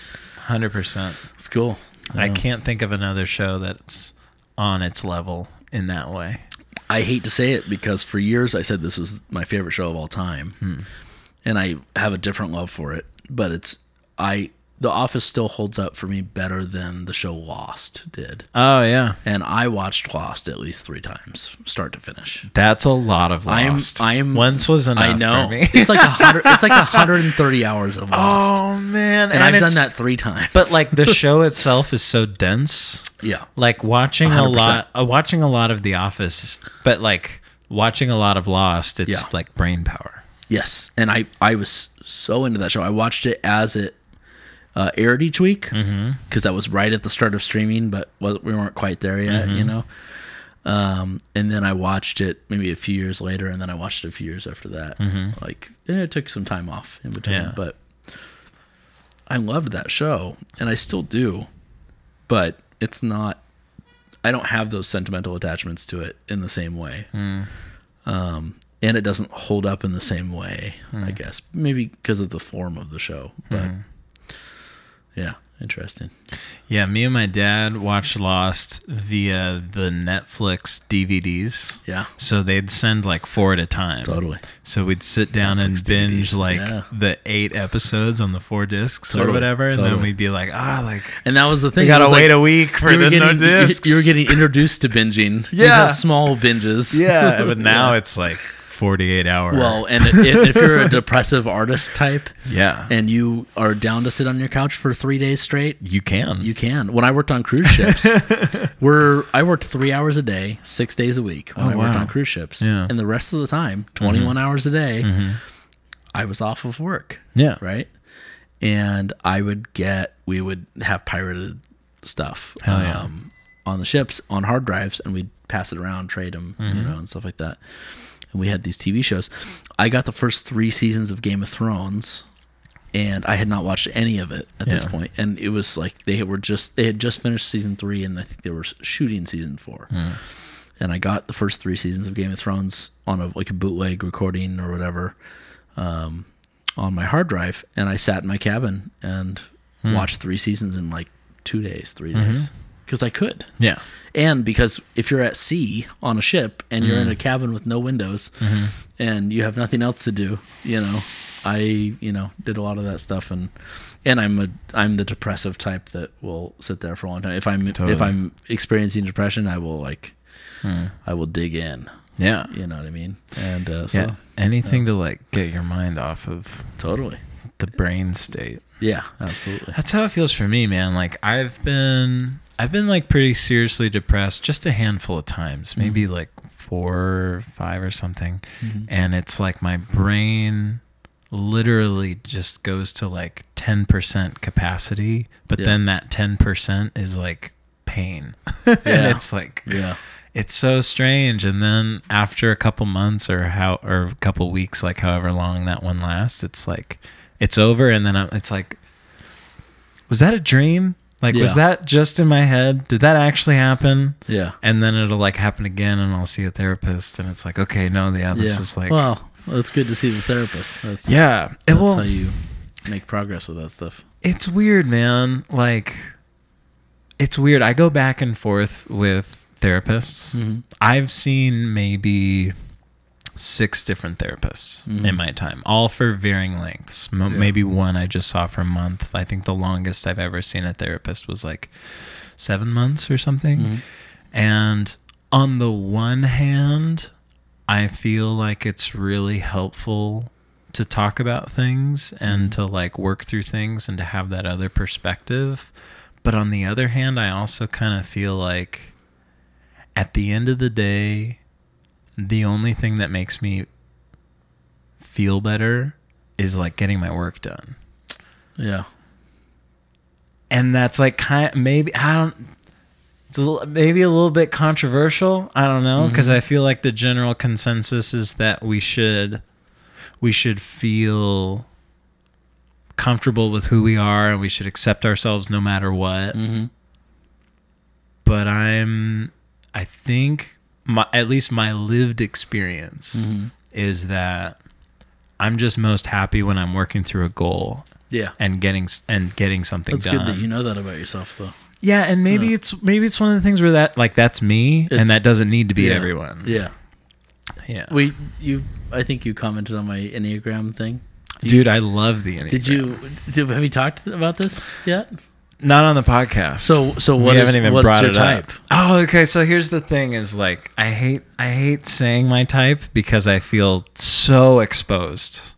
100%. it's cool I can't think of another show that's on its level in that way. i hate to say it because for years i said this was my favorite show of all time and i have a different love for it but it's i the office still holds up for me better than the show lost did Oh, yeah. and i watched lost at least three times start to finish That's a lot of I'm- lost. I'm- Once was enough I know. for me. it's like a hundred. It's like hundred and thirty hours of Lost, oh, man. and, I've it's- done that three times. But, like, the show itself is so dense. yeah, like watching a 100%. lot uh, watching a lot of the office but like watching a lot of lost it's Yeah. like brain power yes. And I, I was so into that show. I watched it as it uh, aired each week because that was right at the start of streaming, but wa- we weren't quite there yet, you know. Um, and then I watched it maybe a few years later, and then I watched it a few years after that. Like eh, it took some time off in between, Yeah. but I loved that show, and I still do. But it's not. I don't have those sentimental attachments to it in the same way. Um, and it doesn't hold up in the same way, Hmm. I guess. Maybe because of the form of the show. But yeah, interesting. yeah me and my dad watched lost via the netflix dvds Yeah. so they'd send like four at a time Totally. so we'd sit down Netflix and binge DVDs, like yeah. the eight episodes on the four discs or Totally, whatever and then totally. we'd be like ah like And that was the thing. we it gotta was wait like, a week for you were the no getting, discs You, you were getting introduced to binging. These Yeah. are small binges. yeah but now it's like 48 hours Well, and i- i- if you're a depressive artist type yeah and you are down to sit on your couch for three days straight, you can Mm-hmm. You can. When I worked on cruise ships, where I worked three hours a day, six days a week when I worked Oh, wow. on cruise ships, Yeah. Mm-hmm. and the rest of the time, twenty-one hours a day, I was off of work. yeah Right, and I would get. We would have pirated stuff yeah. um, on the ships on hard drives, and we'd pass it around, trade them, you Mm-hmm. know, and stuff like that. And we had these TV shows. I got the first three seasons of Game of Thrones and I had not watched any of it at this Yeah. point. And it was like they were just they had just finished season three, and I think they were shooting season four. Hmm. And I got the first three seasons of Game of Thrones on a like a bootleg recording or whatever um, on my hard drive, and I sat in my cabin and watched three seasons in like two days, three days, because I could. yeah And because if you're at sea on a ship and you're in a cabin with no windows and you have nothing else to do, you know, I, you know, did a lot of that stuff and and I'm a I'm the depressive type that will sit there for a long time. If I'm if Totally. I'm experiencing depression, I will like I will dig in. Hmm. yeah You know what I mean? And uh, so Yeah. Anything to like get your mind off of totally. the brain state. Yeah, absolutely. That's how it feels for me, man. Like I've been I've been like pretty seriously depressed just a handful of times, maybe like 4 or 5 or something. Mm-hmm. Mm-hmm. And it's like my brain literally just goes to like 10% capacity, but Yeah. then that 10% is like pain. and Yeah. it's like Yeah. it's so strange and then after a couple months or how or a couple weeks like however long that one lasts it's like it's over and then I'm, it's like was that a dream like was Yeah. that just in my head did that actually happen Yeah. and then it'll like happen again and i'll see a therapist and it's like okay no yeah this yeah. is like well, it's good to see the therapist. That's yeah it That's will how you make progress with that stuff. it's weird, man. Like, it's weird. I go back and forth with therapists. Mm-hmm. I've seen maybe six different therapists Mm-hmm. in my time, all for varying lengths. M- Maybe one I just saw for a month. I think the longest I've ever seen a therapist was like seven months or something. Mm-hmm. And on the one hand, I feel like it's really helpful to talk about things and to like work through things and to have that other perspective. But on the other hand, I also kind of feel like at the end of the day, the only thing that makes me feel better is like getting my work done. Yeah. And that's like kind maybe I don't it's a little, maybe a little bit controversial. I don't know Mm-hmm. because I feel like the general consensus is that we should we should feel comfortable with who we are and we should accept ourselves no matter what. Mm-hmm. But I'm I think my at least my lived experience Mm-hmm. is that I'm just most happy when I'm working through a goal Yeah. and getting s- and getting something That's done. good that you know that about yourself, though. Yeah, and maybe it's maybe it's one of the things where that like that's me, It's- and that doesn't need to be yeah. everyone. Yeah. yeah. We you I think you commented on my Enneagram thing. Dude, I love the Enneagram. Did you did, have you talked about this yet? Not on the podcast. So- so what we is- haven't even what's brought your it up. type? Oh, okay. So here's the thing: is like I hate I hate saying my type because I feel so exposed.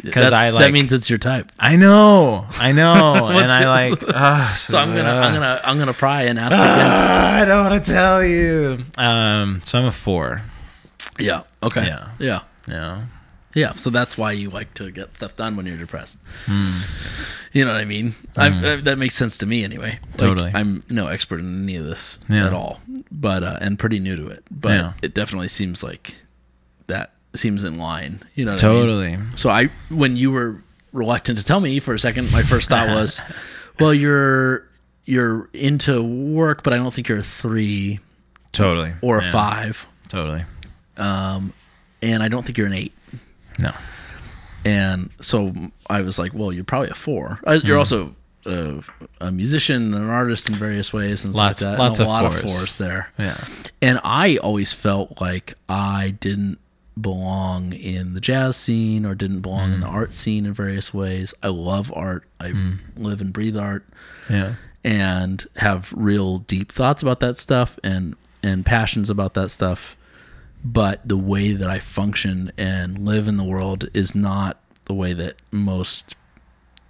Because That's- I like that means it's your type. I know I know, and What's I your- like. ah, So I'm gonna I'm gonna I'm gonna pry and ask again. ah, I don't want to tell you. Um. So I'm a four. Yeah. Okay. Yeah. Yeah. Yeah. Yeah, so that's why you like to get stuff done when you're depressed. Hmm. You know what I mean? I, I, that makes sense to me anyway. Like, Totally. I'm no expert in any of this Yeah. at all, but uh, and pretty new to it. But Yeah. it definitely seems like that seems in line. You know, what I mean? Totally. So I, when you were reluctant to tell me for a second, my first thought was, well, you're you're into work, but I don't think you're a three Totally. or a Yeah. five, Totally. and I don't think you're an eight. No. And so I was like, well, you're probably a four. I, Hmm. You're also a, a musician, and an artist in various ways, and stuff Lots- like that. lots and a of lot of fours. fours there. Yeah. And I always felt like I didn't belong in the jazz scene or didn't belong Hmm. in the art scene in various ways. I love art. I live and breathe art Yeah. and have real deep thoughts about that stuff and and passions about that stuff but the way that i function and live in the world is not the way that most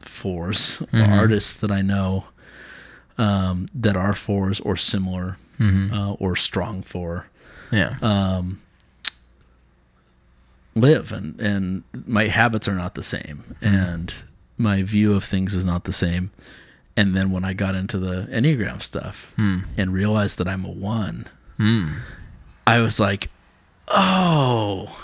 fours or artists that i know um, that are fours or similar uh, or strong four Yeah. live and and my habits are not the same and my view of things is not the same and then when i got into the enneagram stuff and realized that i'm a one i was like oh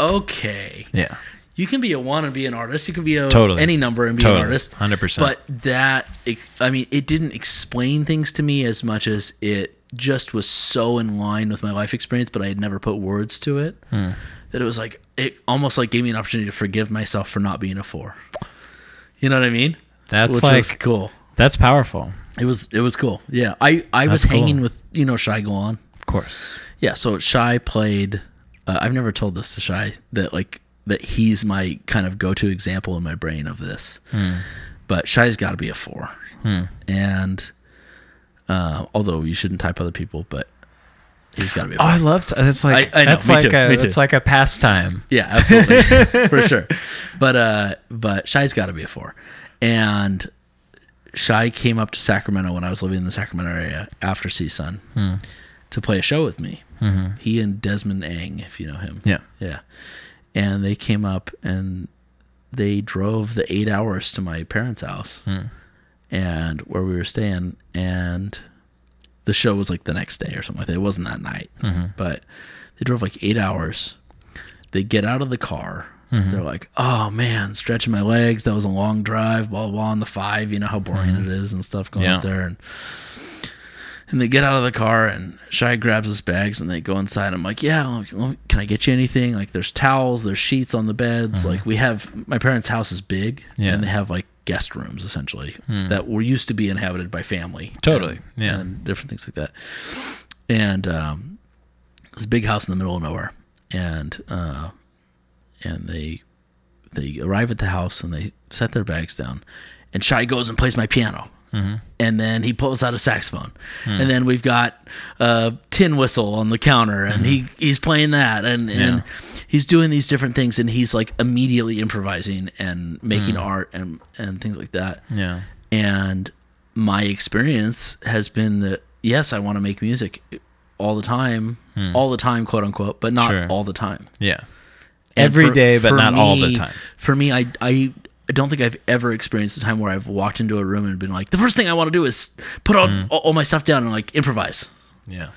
okay yeah. you can be a one and be an artist you can be a Totally. any number and be an Totally. artist 100%. but that ex- i mean it didn't explain things to me as much as it just was so in line with my life experience but i had never put words to it Hmm. that it was like it almost like gave me an opportunity to forgive myself for not being a four you know what i mean That's which was like cool that's powerful. it was it was cool yeah i i was That's cool. hanging with you know shy Golan. Of course. Yeah, so Shy played. Uh, I've never told this to Shy that like that he's my kind of go-to example in my brain of this. But Shy's got to be a four, and uh, although you shouldn't type other people, but he's got to be. a Oh, four. I love that's like I- I know, that's me like too, a me too. it's like a pastime. Yeah, absolutely. for sure. But uh but Shy's gotta be a four. And Shy came up to Sacramento when I was living in the Sacramento area after CSUN to play a show with me. He and Desmond Ang, if you know him. Yeah. Yeah. And they came up and they drove the eight hours to my parents' house and where we were staying. And the show was like the next day or something like that. It wasn't that night, but they drove like eight hours. They get out of the car. They're like, oh man, stretching my legs. That was a long drive, blah, blah, blah, on the five. You know how boring it is and stuff going Yeah. up there. And and they get out of the car, and Shy grabs his bags, and they go inside. I'm like, "Yeah, like, well, can I get you anything? Like, there's towels, there's sheets on the beds. Like, we have my parents' house is big, Yeah. and they have like guest rooms essentially that were used to be inhabited by family, Totally. and, Yeah. and different things like that. And um, this big house in the middle of nowhere, and uh, and they they arrive at the house and they set their bags down, and Shy goes and plays my piano. And then he pulls out a saxophone, and then we've got a tin whistle on the counter, and he he's playing that, and and he's doing these different things, and he's like immediately improvising and making art and and things like that. Yeah. And my experience has been that yes, I want to make music. all the time, all the time, quote unquote, but not Hmm. Sure. all the time. Yeah. Every every day, day, but not all the time. For me, I I don't think I've ever experienced a time where I've walked into a room and been like, the first thing I want to do is put Hmm. all, all, all my stuff down and like improvise. Yeah.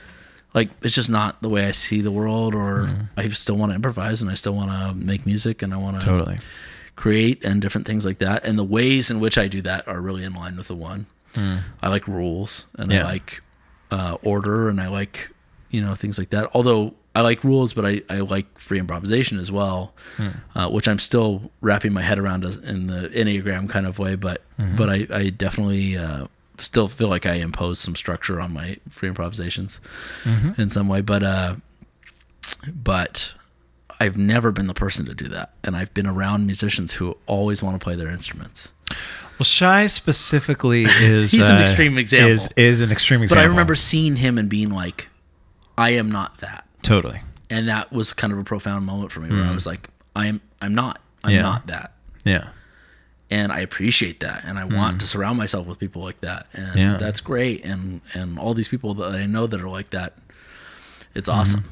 Like it's just not the way I see the world, or Hmm. I still want to improvise and I still want to make music and I want to Totally. create and different things like that. And the ways in which I do that are really in line with the one. I like rules and I Yeah. like uh, order and I like, you know, things like that. Although I like rules, but I, I like free improvisation as well, uh, which I'm still wrapping my head around as, in the Enneagram kind of way. But, but I, I definitely uh, still feel like I impose some structure on my free improvisations in some way. But, uh, but I've never been the person to do that. And I've been around musicians who always want to play their instruments. Well, shy specifically is He's an uh, extreme example. Is, is an extreme But example. I remember seeing him and being like, I am not that. totally. And that was kind of a profound moment for me where I was like, I'm I'm not. I'm Hmm. Yeah. not that. Yeah. And I appreciate that. And I want to surround myself with people like that. And Hmm. Yeah. that's great. And and all these people that I know that are like that, it's awesome.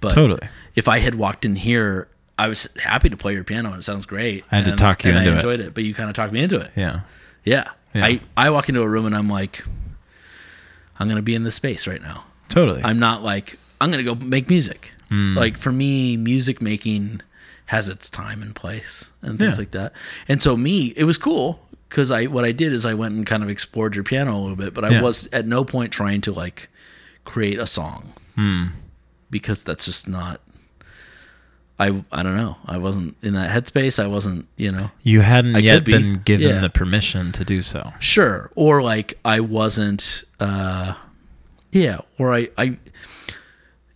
But Hmm. Totally. if I had walked in here, I was happy to play your piano and it sounds great. I had to and- talk you and into I it. enjoyed it. but you kind of talked me into it. Yeah. Yeah. Yeah. I, I walk into a room and I'm like, I'm going to be in this space right now. Totally. I'm not like, I'm going to go make music. Hmm. Like for me, music making has its time and place and things Yeah. like that. And so me, it was cool because I, what I did is I went and kind of explored your piano a little bit, but I Yeah. was at no point trying to like create a song Hmm. because that's just not, I, I don't know. I wasn't in that headspace. I wasn't, you know, you hadn't could yet be. been given Yeah. the permission to do so. sure or like i wasn't uh yeah or i i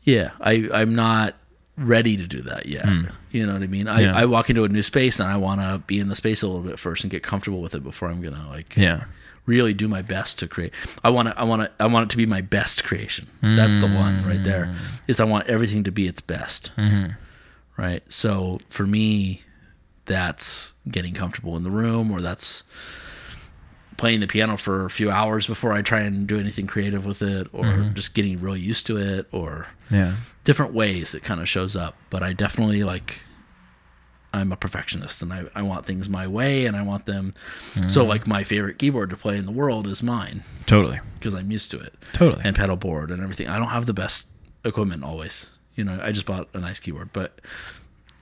yeah i i'm not ready to do that yet you know what i mean I, Hmm. Yeah. I walk into a new space and i want to be in the space a little bit first and get comfortable with it before i'm gonna like Yeah. really do my best to create i want to i want to i want it to be my best creation that's the one right there is i want everything to be its best right so for me that's getting comfortable in the room or that's playing the piano for a few hours before i try and do anything creative with it or just getting real used to it or Yeah. different ways it kind of shows up but i definitely like i'm a perfectionist and i, I want things my way and i want them so Mm-hmm. like my favorite keyboard to play in the world is mine Totally. because i'm used to it Totally. and pedal board and everything i don't have the best equipment always you know i just bought a nice keyboard but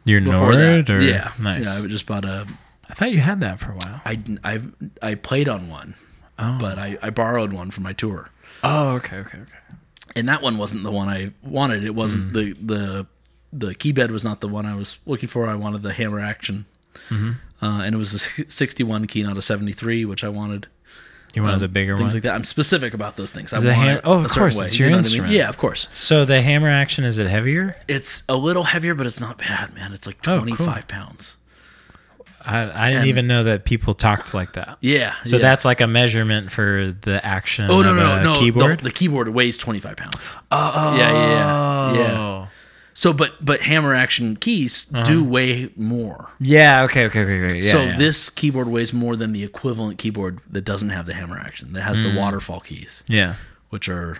You're before Nord that or yeah nice. yeah i just bought a I thought you had that for a while. i I've, i played on one but I, I borrowed one for my tour Oh, okay, okay, okay. and that one wasn't the one I wanted. It Mm. wasn't the the the key bed was not the one I was looking for. I wanted the hammer action, Mm-hmm. uh, and it was a s- 61 key, not a 73, which I wanted. You wanted the bigger things one. like that. I'm specific about those things. I the want ham- it oh, a of certain course, way, it's your what I mean? instrument. Yeah, of course. so the hammer action is it heavier? It's a little heavier, but it's not bad, man. It's like Oh, cool. 25 pounds. I, I didn't And- even know that people talked like that. Yeah. So yeah. that's like a measurement for the action oh no of no a no the- keyboard. The, keyboard weighs 25 pounds. Oh yeah yeah yeah. yeah. Oh. So but but hammer action keys Uh-huh. do weigh more. Yeah. Okay. Okay. Okay. okay. Yeah, so yeah. this keyboard weighs more than the equivalent keyboard that doesn't have the hammer action that has the waterfall keys Yeah. which are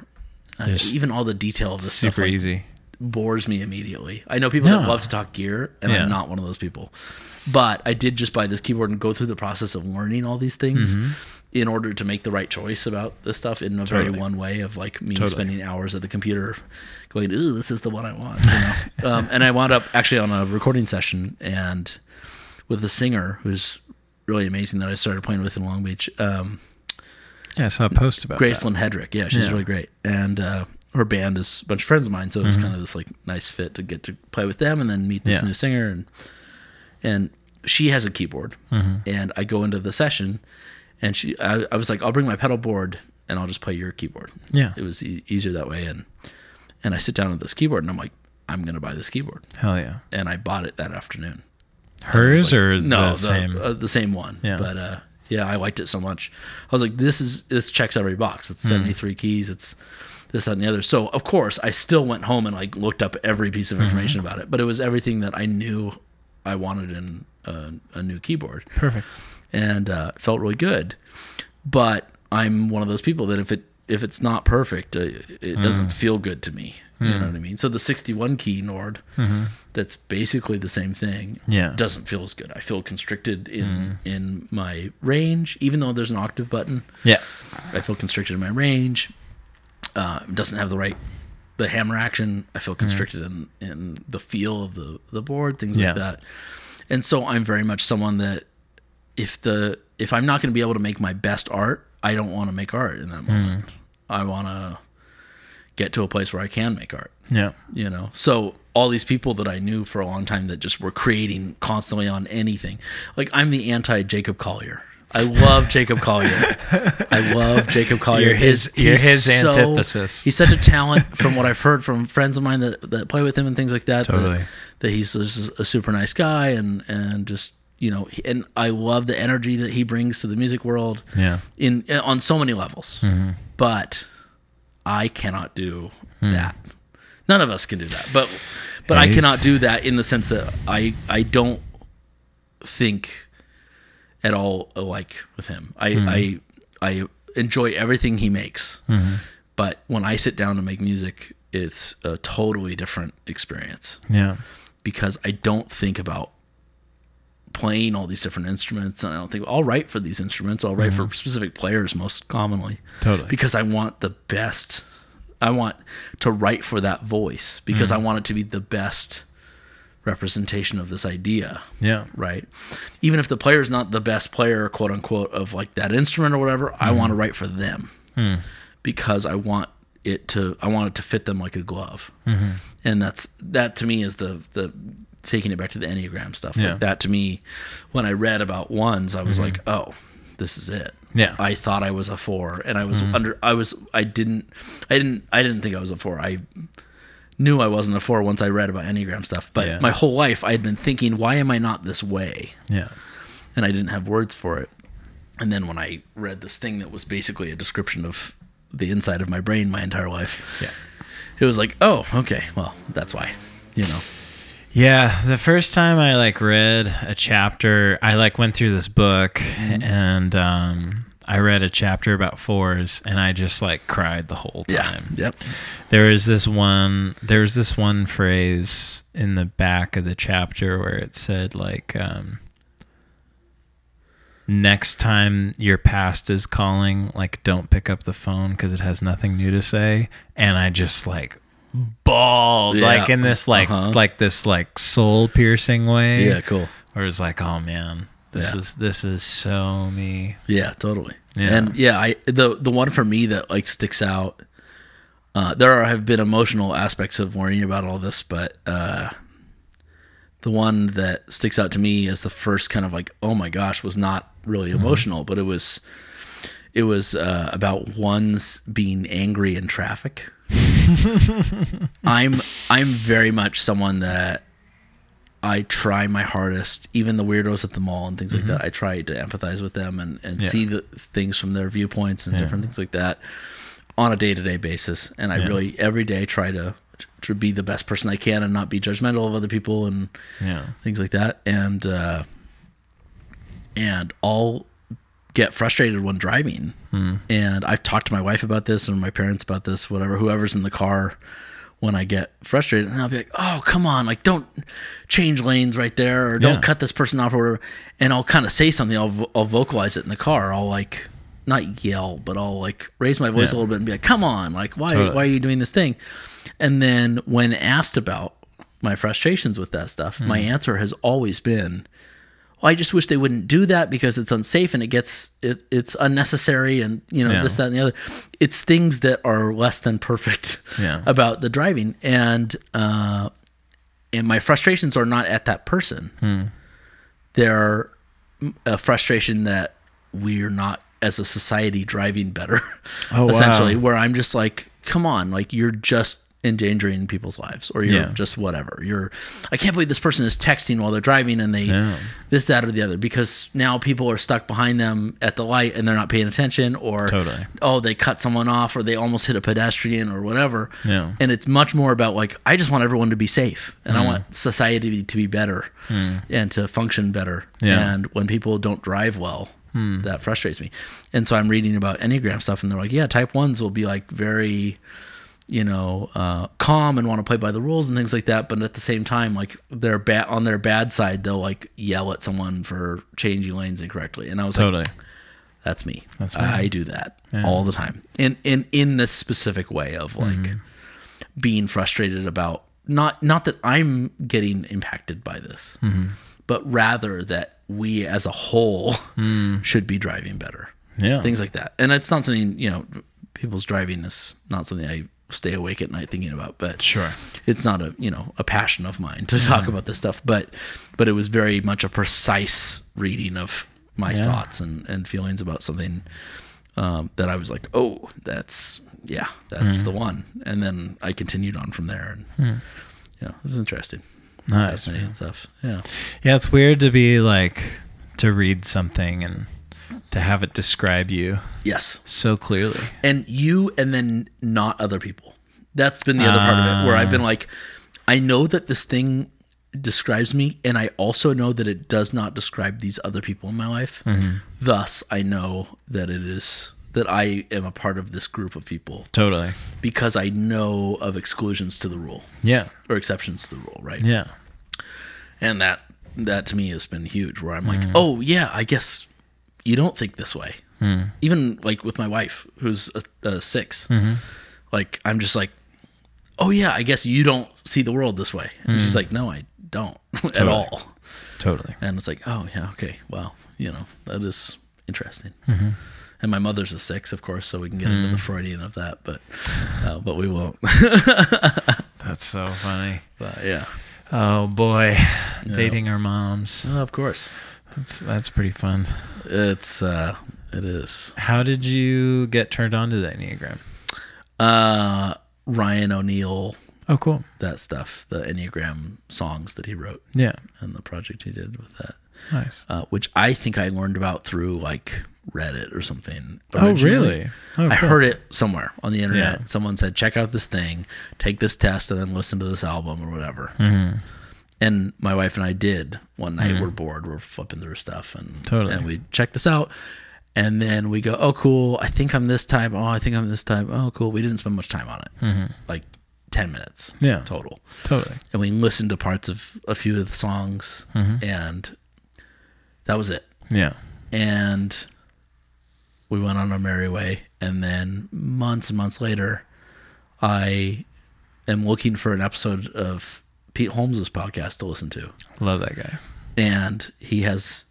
I- Hmm. Just even all the detail of this stuff Super like, easy. bores me immediately i know people that No. love to talk gear and Yeah. i'm not one of those people but i did just buy this keyboard and go through the process of learning all these things Mm-hmm. in order to make the right choice about this stuff in a very Totally. one way of like me Totally. spending hours at the computer going ooh this is the one i want you know? um, and i wound up actually on a recording session and with a singer who's really amazing that I started playing with in Long Beach, um, Yeah. I saw a post about Gracelyn Hedrick. Yeah, she's Yeah. really great, and uh, her band is a bunch of friends of mine, so it was kind of this like nice fit to get to play with them and then meet this Mm-hmm. Yeah. new singer and and she has a keyboard, Mm-hmm. and I go into the session, and she I, I was like I'll bring my pedal board and I'll just play your keyboard. Yeah. it was e- easier that way, and and I sit down at this keyboard and I'm like I'm gonna buy this keyboard, that. Hell yeah. and I bought it that afternoon. I Hers was like, or no the same? uh, the same one Yeah. but uh yeah i liked it so much i was like this is this checks every box Hmm. it's 73 keys it's this that and the other so of course i still went home and like looked up every piece Mm-hmm. of information about it but it was everything that i knew i wanted in a, a new keyboard Perfect. and uh, it felt really good but i'm one of those people that if it if it's not perfect, uh, it doesn't feel good to me. You know what I mean? So the 61 key Nord, that's basically the same thing. Yeah. doesn't feel as good. I feel constricted in in my range, even though there's an octave button. Yeah. I feel constricted in my range. Uh, it doesn't have the right the hammer action. I feel constricted in in the feel of the the board, things Yeah. like that. And so I'm very much someone that if the if I'm not going to be able to make my best art, I don't want to make art in that moment. I want to get to a place where I can make art Yeah. you know so all these people that i knew for a long time that just were creating constantly on anything like i'm the anti jacob collier i love jacob collier i love jacob collier You're his- He's- you're he's his antithesis. he's such a talent from what i've heard from friends of mine that, that play with him and things like that that- Totally. that, he's just a super nice guy and and just you know he- and i love the energy that he brings to the music world Yeah. Mm-hmm. in on so many levels but I cannot do that. None of us can do that. But but I Ace. cannot do that in the sense that I I don't think at all alike with him. I I I enjoy everything he makes. But when I sit down to make music, it's a totally different experience Yeah. because I don't think about playing all these different instruments and I don't think I'll write for these instruments. I'll write for specific players most commonly. Totally. Because I want the best. I want to write for that voice because I want it to be the best representation of this idea. Yeah. Right. Even if the player is not the best player, quote unquote, of like that instrument or whatever, I Mm-hmm. want to write for them Hmm. because I want it to I want it to fit them like a glove. Mm-hmm. And that's that to me is the the taking it back to the Enneagram stuff. Yeah. Mm-hmm. Like that to me when I read about ones, I was like, oh, this is it. Yeah. Mm-hmm. I thought I was a four and I was under I was I didn't I didn't I didn't think I was a four. I knew I wasn't a four once I read about Enneagram stuff. But Yeah. my whole life I had been thinking, why am I not this way? Yeah. and I didn't have words for it. And then when I read this thing that was basically a description of the inside of my brain my entire life, Yeah. it was like, oh, okay, well, that's why, you know. Yeah, the first time I like read a chapter, I like went through this book and um I read a chapter about fours and I just like cried the whole time. Yep. There is this one there was this one phrase in the back of the chapter where it said like um next time your past is calling like don't pick up the phone because it has nothing new to say and i just like bawled Yeah. like in this like Uh-huh. like this like soul piercing way Yeah. Cool. where it's like oh man this Yeah. is this is so me Yeah. Totally. Yeah. And yeah, I the the one for me that like sticks out. Uh, there are, have been emotional aspects of worrying about all this, but uh, the one that sticks out to me as the first kind of like, oh my gosh, was not really emotional, but it was it was uh, about ones being angry in traffic. I'm I'm very much someone that I try my hardest, even the weirdos at the mall and things like that. I try to empathize with them and, and see the things from their viewpoints and different things like that on a day to day basis. And I really every day try to to be the best person I can and not be judgmental of other people and yeah things like that and uh and i'll get frustrated when driving Hmm. and i've talked to my wife about this or my parents about this whatever whoever's in the car when i get frustrated and i'll be like oh come on like don't change lanes right there or don't Yeah. cut this person off or whatever and i'll kind of say something I'll, vo- I'll vocalize it in the car i'll like not yell but i'll like raise my voice a Yeah. little bit and be like come on like why Totally. why are you doing this thing and then when asked about my frustrations with that stuff, my Hmm. answer has always been, well, I just wish they wouldn't do that because it's unsafe and it gets it, it's unnecessary and you know Yeah. this that and the other. It's things that are less than perfect Yeah. about the driving and uh, and my frustrations are not at that person. Hmm. They're mm, a frustration that we're not as a society driving better Oh, wow. essentially where i'm just like come on like you're just endangering people's lives or you're Yeah. just whatever you're i can't believe this person is texting while they're driving and they this that or the other because now people are stuck behind them at the light and they're not paying attention or Totally. oh they cut someone off or they almost hit a pedestrian or whatever Yeah. Mm. and it's much more about like i just want everyone to be safe and i want society to be better and to function better Yeah. Mm. and when people don't drive well That frustrates me. And so I'm reading about Enneagram stuff, and they're like, yeah, type ones will be like very, you know, uh, calm and want to play by the rules and things like that. But at the same time, like they're bad on their bad side, they'll like yell at someone for changing lanes incorrectly. And I was like, Totally. that's me. That's me. I do that all the time. And in in this specific way of Mm-hmm. like being frustrated about not not that I'm getting impacted by this, Mm-hmm. but rather that we as a whole should be driving better. Mm. Yeah. Things like that. And it's not something, you know, people's driving is not something I stay awake at night thinking about, but Sure. it's not a you know a passion of mine to talk about this stuff but but it was very much a precise reading of my thoughts and and feelings about something um, that i was like oh that's yeah that's the one and then i continued on from there and yeah it was interesting Nice. fascinating stuff yeah Yeah, it's weird to be like to read something and to have it describe you yes so clearly. and you and then not other people that's been the other part of it where i've been like i know that this thing describes me and i also know that it does not describe these other people in my life thus i know that it is that i am a part of this group of people Totally. because i know of exclusions to the rule Yeah. or exceptions to the rule right Yeah. and that that to me has been huge where i'm like oh yeah i guess you don't think this way even like with my wife who's a, a 6 like i'm just like oh yeah i guess you don't see the world this way and she's like no i don't at Totally. all Totally. and it's like oh yeah okay wow you know that is interesting and my mother's a six of course so we can get into the freudian of that but uh, but we won't That's so funny. but yeah Oh boy. Dating our moms. of course That's that's pretty fun. it's uh it is How did you get turned on to the Enneagram? uh Ryan O'Neal, Oh cool. that stuff, the Enneagram songs that he wrote Yeah. and the project he did with that, Nice. uh, which I think I learned about through like Reddit or something. Oh originally. really? Oh, I cool. heard it somewhere on the internet. Yeah. Someone said, check out this thing, take this test, and then listen to this album or whatever. Mm-hmm. And my wife and I did one night. We're bored. We're flipping through stuff and Totally. And we check this out, and then we go, oh cool. I think I'm this type. Oh, I think I'm this type. Oh cool. We didn't spend much time on it. Like ten minutes. Mm-hmm. Yeah. total Totally. and we listened to parts of a few of the songs Mm-hmm. and that was it Yeah. and we went on our merry way and then months and months later i am looking for an episode of pete holmes's podcast to listen to Love that guy. and he has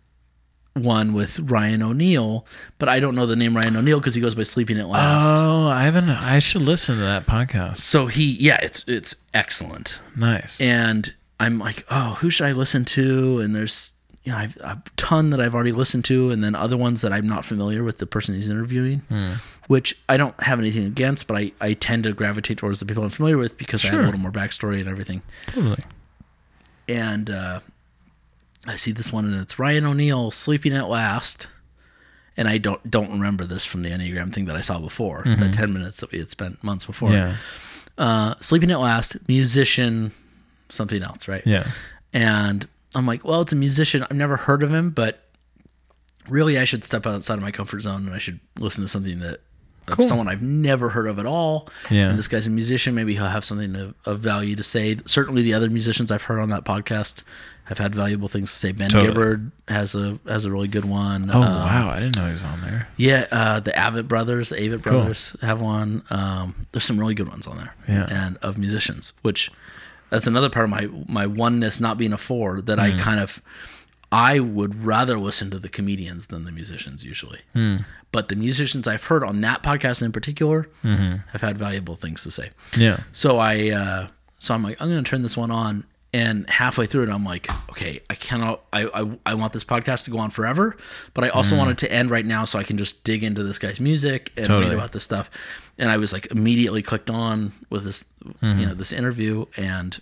one with ryan o'neill but i don't know the name ryan o'neill because he goes by sleeping at last Oh, I haven't I should listen to that podcast. so he yeah it's it's excellent Nice. and I'm like, oh, who should I listen to? And there's you know, I've a ton that I've already listened to, and then other ones that I'm not familiar with the person he's interviewing, Hmm. which I don't have anything against, but I, I tend to gravitate towards the people I'm familiar with because I have a Sure. little more backstory and everything. Totally. And uh, I see this one, and it's Ryan O'Neal sleeping at last, and I don't don't remember this from the Enneagram thing that I saw before, the ten minutes that we had spent months before. Mm-hmm. Yeah. Uh, sleeping at last, musician, something else, right? Yeah. And I'm like, well, it's a musician. I've never heard of him, but really, I should step outside of my comfort zone and I should listen to something that of someone I've never heard of at all. Yeah. And this guy's a musician. Maybe he'll have something of, of value to say. Certainly, the other musicians I've heard on that podcast have had valuable things to say. Ben Totally. Gibbard has a has a really good one. Oh Uh, wow, I didn't know he was on there. yeah, uh, the Abbott brothers, the Abbott brothers have one. Um, there's some really good ones on there, Yeah. and of musicians, which that's another part of my my oneness not being a four that I kind of I would rather listen to the comedians than the musicians usually, but the musicians I've heard on that podcast in particular have had valuable things to say. Yeah. So I uh, so I'm like, I'm gonna turn this one on. And halfway through it, I'm like, okay, I cannot. I, I, I want this podcast to go on forever, but I Hmm. also want it to end right now so I can just dig into this guy's music and Totally. read about this stuff. And I was like immediately clicked on with this, Hmm. you know, this interview and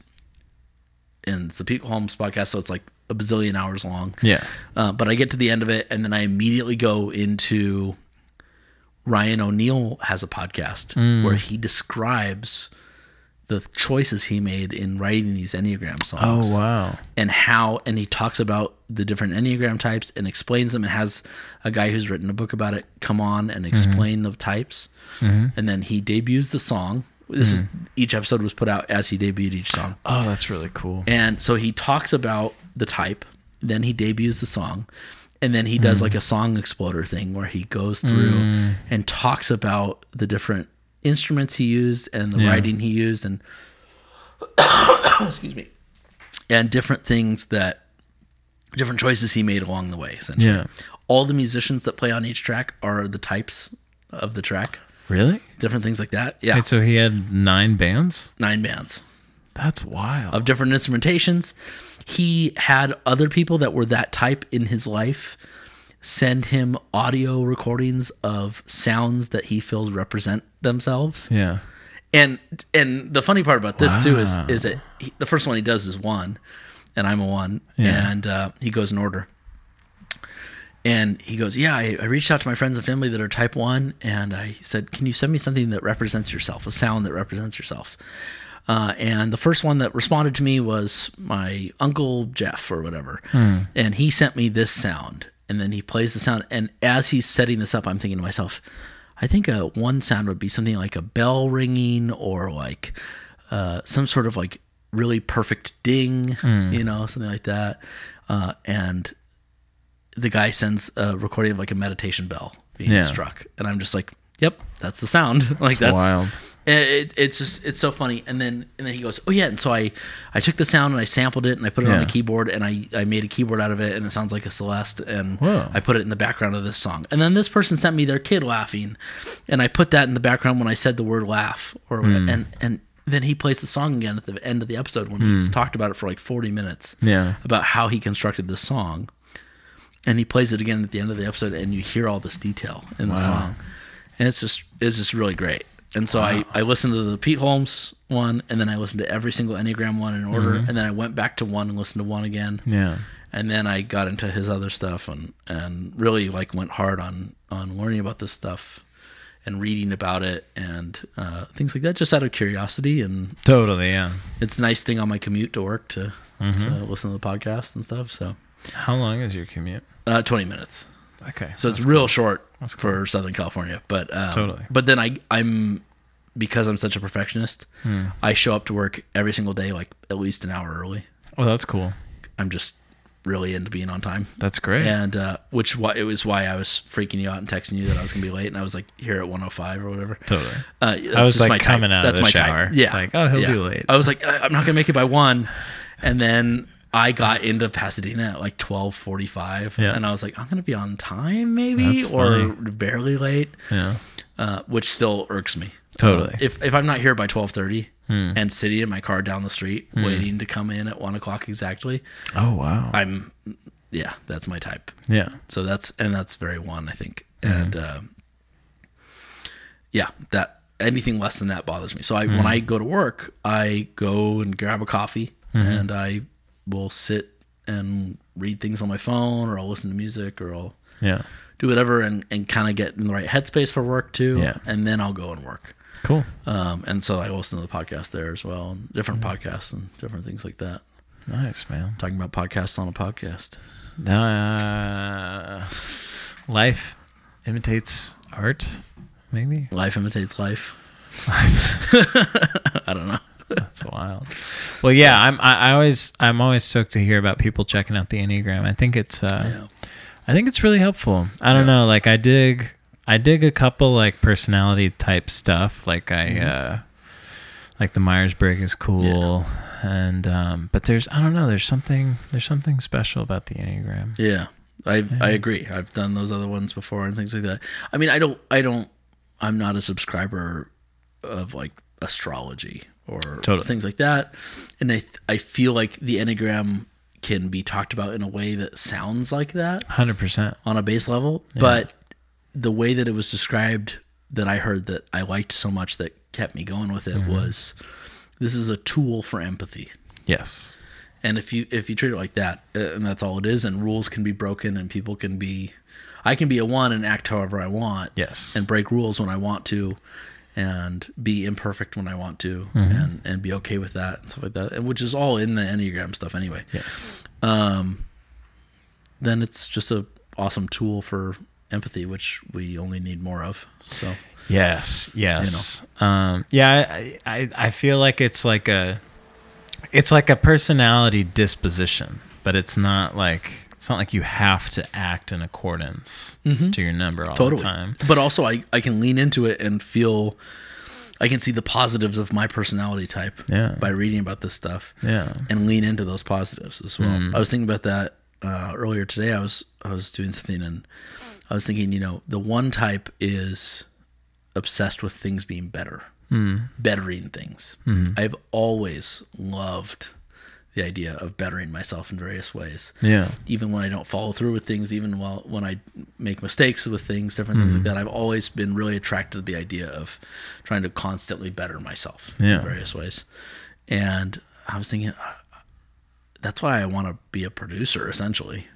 and it's a Pete Holmes podcast, so it's like a bazillion hours long. Yeah. Uh, but I get to the end of it, and then I immediately go into Mm. Ryan O'Neal has a podcast where he describes the choices he made in writing these enneagram songs. Oh wow. and how and he talks about the different enneagram types and explains them and has a guy who's written a book about it come on and Mm-hmm. explain the types and then he debuts the song this is Mm. each episode was put out as he debuted each song Oh, that's really cool. and so he talks about the type, then he debuts the song, and then he does like a song exploder thing where he goes through and talks about the different instruments he used and the writing he used and excuse me. And different things that different choices he made along the way, essentially. Yeah. All the musicians that play on each track are the types of the track. Really? Different things like that. Yeah. Wait, so he had nine bands? nine bands. That's wild. of different instrumentations. He had other people that were that type in his life send him audio recordings of sounds that he feels represent themselves. Yeah. And and the funny part about this too is Wow. is that he, the first one he does is one, and I'm a one, Yeah. and uh, he goes in order. And he goes, yeah. I, I reached out to my friends and family that are type one, and I said, can you send me something that represents yourself, a sound that represents yourself? Uh, and the first one that responded to me was my uncle Jeff or whatever, and he sent me this sound, and then he plays the sound. And as he's setting this up, I'm thinking to myself, I think a one sound would be something like a bell ringing or like uh, some sort of like really perfect ding, you know, something like that. Uh, and the guy sends a recording of like a meditation bell being Yeah. struck, and I'm just like, "Yep, that's the sound." like That's that's wild. and It, it's just it's so funny. And then and then he goes, "Oh yeah," and so I I took the sound and I sampled it and I put it on Yeah. the keyboard and I I made a keyboard out of it and it sounds like a Celeste and Whoa. I put it in the background of this song. And then this person sent me their kid laughing, and I put that in the background when I said the word laugh or Hmm. and and. Then he plays the song again at the end of the episode when he's talked about it for like 40 minutes Hmm. Yeah. about how he constructed this song. And he plays it again at the end of the episode, and you hear all this detail in the song, and it's just it's just really great. And so I I listened to the Pete Holmes one, and then I listened to every single Enneagram one in order, and then I went back to one and listened to one again, Yeah. and then I got into his other stuff and and really like went hard on on learning about this stuff and reading about it and uh, things like that, just out of curiosity and Totally, yeah. it's a nice thing on my commute to work to, to listen to the podcast and stuff. So, How long is your commute? uh, 20 minutes. Okay. So it's real short for Southern California, but um, Totally. But then I I'm because I'm such a perfectionist, Hmm. I show up to work every single day like at least an hour early. Oh, that's cool. I'm just really into being on time. That's great. And uh, which why it was why I was freaking you out and texting you that I was gonna be late, and I was like here at 105 or whatever. Totally. Uh, that's was, just like, my type. coming out of That's the my type. shower. Yeah, Like, oh, he'll Yeah. be late. I was like, I- I'm not gonna make it by one, and then I got into Pasadena at like 12:45, Yeah. and I was like, I'm gonna be on time maybe That's or funny. barely late, Yeah. uh, which still irks me. Totally. If if I'm not here by 12:30 Hmm. and sitting in my car down the street waiting to come in at one o'clock exactly, oh wow. I'm yeah, that's my type. yeah. So that's and that's very one, I think. And um yeah, that anything less than that bothers me. So I when I go to work, I go and grab a coffee and I will sit and read things on my phone or I'll listen to music or I'll Yeah. do whatever and, and kind of get in the right headspace for work too. Yeah. And then I'll go and work. Cool. Um, and so I listen to the podcast there as well, and different podcasts and different things like that. Nice, man. Talking about podcasts on a podcast. Uh, life imitates art, maybe. Life imitates life. I don't know. That's wild. Well, yeah, I'm. I, I always, I'm always stoked to hear about people checking out the enneagram. I think it's, uh, Yeah. I think it's really helpful. I don't Yeah. know. Like, I dig, I dig a couple like personality type stuff. Like I, Mm-hmm. uh, like the Myers Briggs is cool, and um, but there's, I don't know. There's something, there's something special about the enneagram. Yeah, I I agree. I've done those other ones before and things like that. I mean, I don't, I don't, I'm not a subscriber of like astrology or Totally. things like that. And I th- I feel like the enneagram can be talked about in a way that sounds like that Hundred percent. on a base level, but the way that it was described that I heard that I liked so much that kept me going with it was this is a tool for empathy. Yes. And if you if you treat it like that, uh, and that's all it is, and rules can be broken, and people can be, I can be a one and act however I want, Yes. and break rules when I want to, and be imperfect when I want to Mm-hmm. and, and be okay with that and stuff like that, and which is all in the Enneagram stuff anyway. Yes. Then it's just a awesome tool for empathy, which we only need more of. So Yes. Yes. Um, yeah. I, I, I feel like it's like a, it's like a personality disposition, but it's not like, it's not like you have to act in accordance to your number all Mm-hmm. totally. the time. But also I, I can lean into it and feel I can see the positives of my personality type Yeah. by reading about this stuff. Yeah. and lean into those positives as well. I was thinking about that uh, earlier today. I was I was doing something and I was thinking, you know, the one type is obsessed with things being better, bettering things. I've always loved the idea of bettering myself in various ways Yeah. even when I don't follow through with things, even while when I make mistakes with things, different things like that, I've always been really attracted to the idea of trying to constantly better myself Yeah. in various ways. And I was thinking, uh, that's why I want to be a producer, essentially,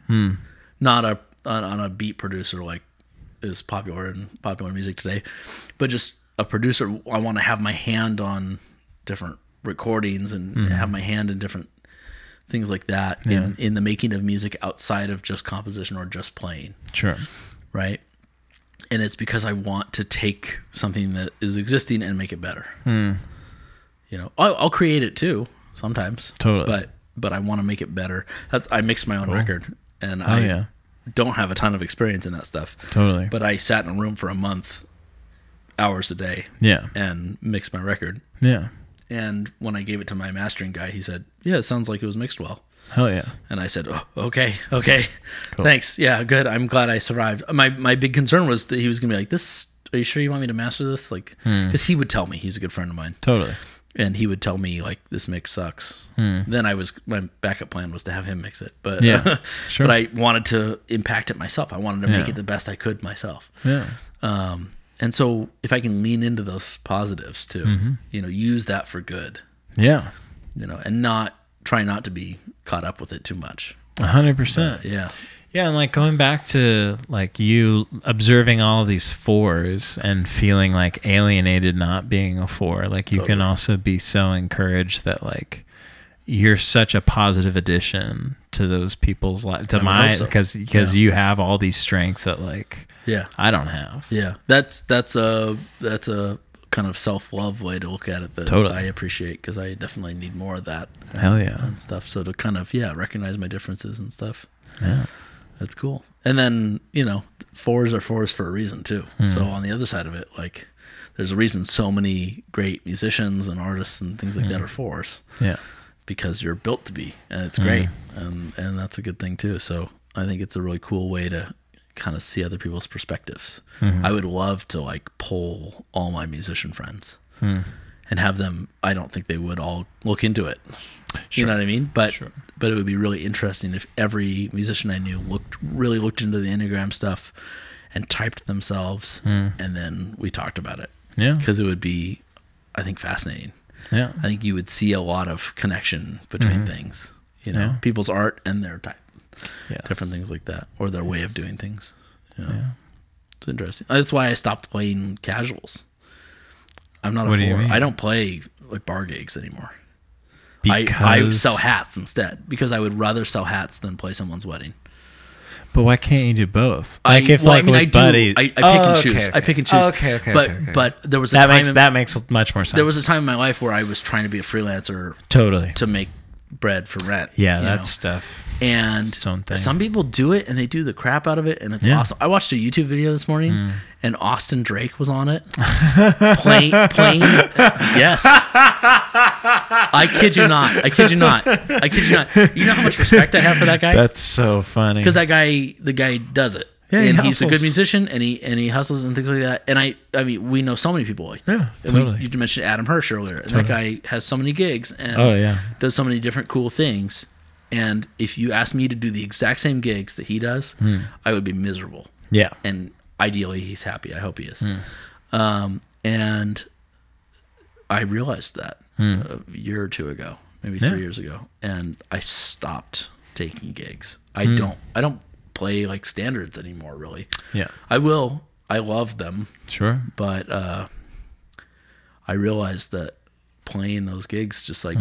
not a on, on a beat producer like is popular in popular music today, but just a producer. I want to have my hand on different recordings and have my hand in different things like that in, in the making of music outside of just composition or just playing, Sure. right? And it's because I want to take something that is existing and make it better. Hmm. You know, I'll, I'll create it too sometimes, Totally. But but I want to make it better. That's I mixed my own record, and I Oh, yeah. don't have a ton of experience in that stuff. Totally. But I sat in a room for a month, hours a day, yeah. and mixed my record. Yeah. And when I gave it to my mastering guy, he said, "Yeah, it sounds like it was mixed well." Hell yeah. And I said, oh, okay, okay, thanks. Yeah, good. I'm glad I survived. My my big concern was that he was gonna be like, this. Are you sure you want me to master this? Like, Hmm. because he would tell me he's a good friend of mine, Totally. and he would tell me like this mix sucks. Then I was my backup plan was to have him mix it, but Hmm. Yeah, sure. but I wanted to impact it myself. I wanted to make Yeah. it the best I could myself. Yeah. Um, and so if I can lean into those positives too, Mm-hmm. you know, use that for good, Yeah. you know, and not try not to be caught up with it too much. A hundred percent. Yeah. Yeah, and like going back to like you observing all of these fours and feeling like alienated not being a four, like you can also be so encouraged that like you're such a positive addition to those people's life to would my hope so. because because you have all these strengths that like Yeah. I don't have. Yeah, that's that's a that's a kind of self love way to look at it that Totally. I appreciate because I definitely need more of that Hell yeah. and stuff. So to kind of yeah recognize my differences and stuff. Yeah, that's cool. And then you know fours are fours for a reason too. So on the other side of it, like there's a reason so many great musicians and artists and things like that are fours Yeah. because you're built to be and it's great and and that's a good thing too so i think it's a really cool way to kind of see other people's perspectives i would love to like poll all my musician friends and have them i don't think they would all look into it you know what i mean but but it would be really interesting if every musician i knew looked really looked into the enneagram stuff and typed themselves and then we talked about it Yeah. because it would be i think fascinating Yeah. I think you would see a lot of connection between things, you know, Mm-hmm. Yeah. people's art and their type, Yes. different things like that, or their way of doing things. You know? It's interesting. That's why I stopped playing casuals. I'm not a What do you four. mean? I don't play like bar gigs anymore. I, I Because- sell hats instead because I would rather sell hats than play someone's wedding. But why can't you do both? I- Like if well, like I mean, with I do. buddy, I, I pick Oh, and okay, choose. I okay. pick and choose. Okay, okay, But okay, okay. but there was a that time makes in- that makes much more sense. there was a time in my life where I was trying to be a freelancer totally. to make bread for rent. Yeah, you know? that's stuff. and its own thing. some people do it and they do the crap out of it and it's Yeah. Mm. awesome. I watched a YouTube video this morning and Austin Drake was on it. playing playing Yes. I kid you not. I kid you not. I kid you not. You know how much respect I have for that guy? That's so funny. because that guy the guy does it Yeah, he and he's a good hustles. musician and he and he hustles and things like that and i i mean we know so many people like that. Yeah, And we- totally. you mentioned adam hirsch earlier and that guy has so many gigs and Oh, yeah. does so many different cool things and if you asked me to do the exact same gigs that he does Hmm. i would be miserable yeah. and ideally he's happy i hope he is um, and i realized that a year or two ago maybe three years ago and i stopped taking gigs i don't i don't play like standards anymore really Yeah. i will i love them Sure. but uh I realized that playing those gigs just like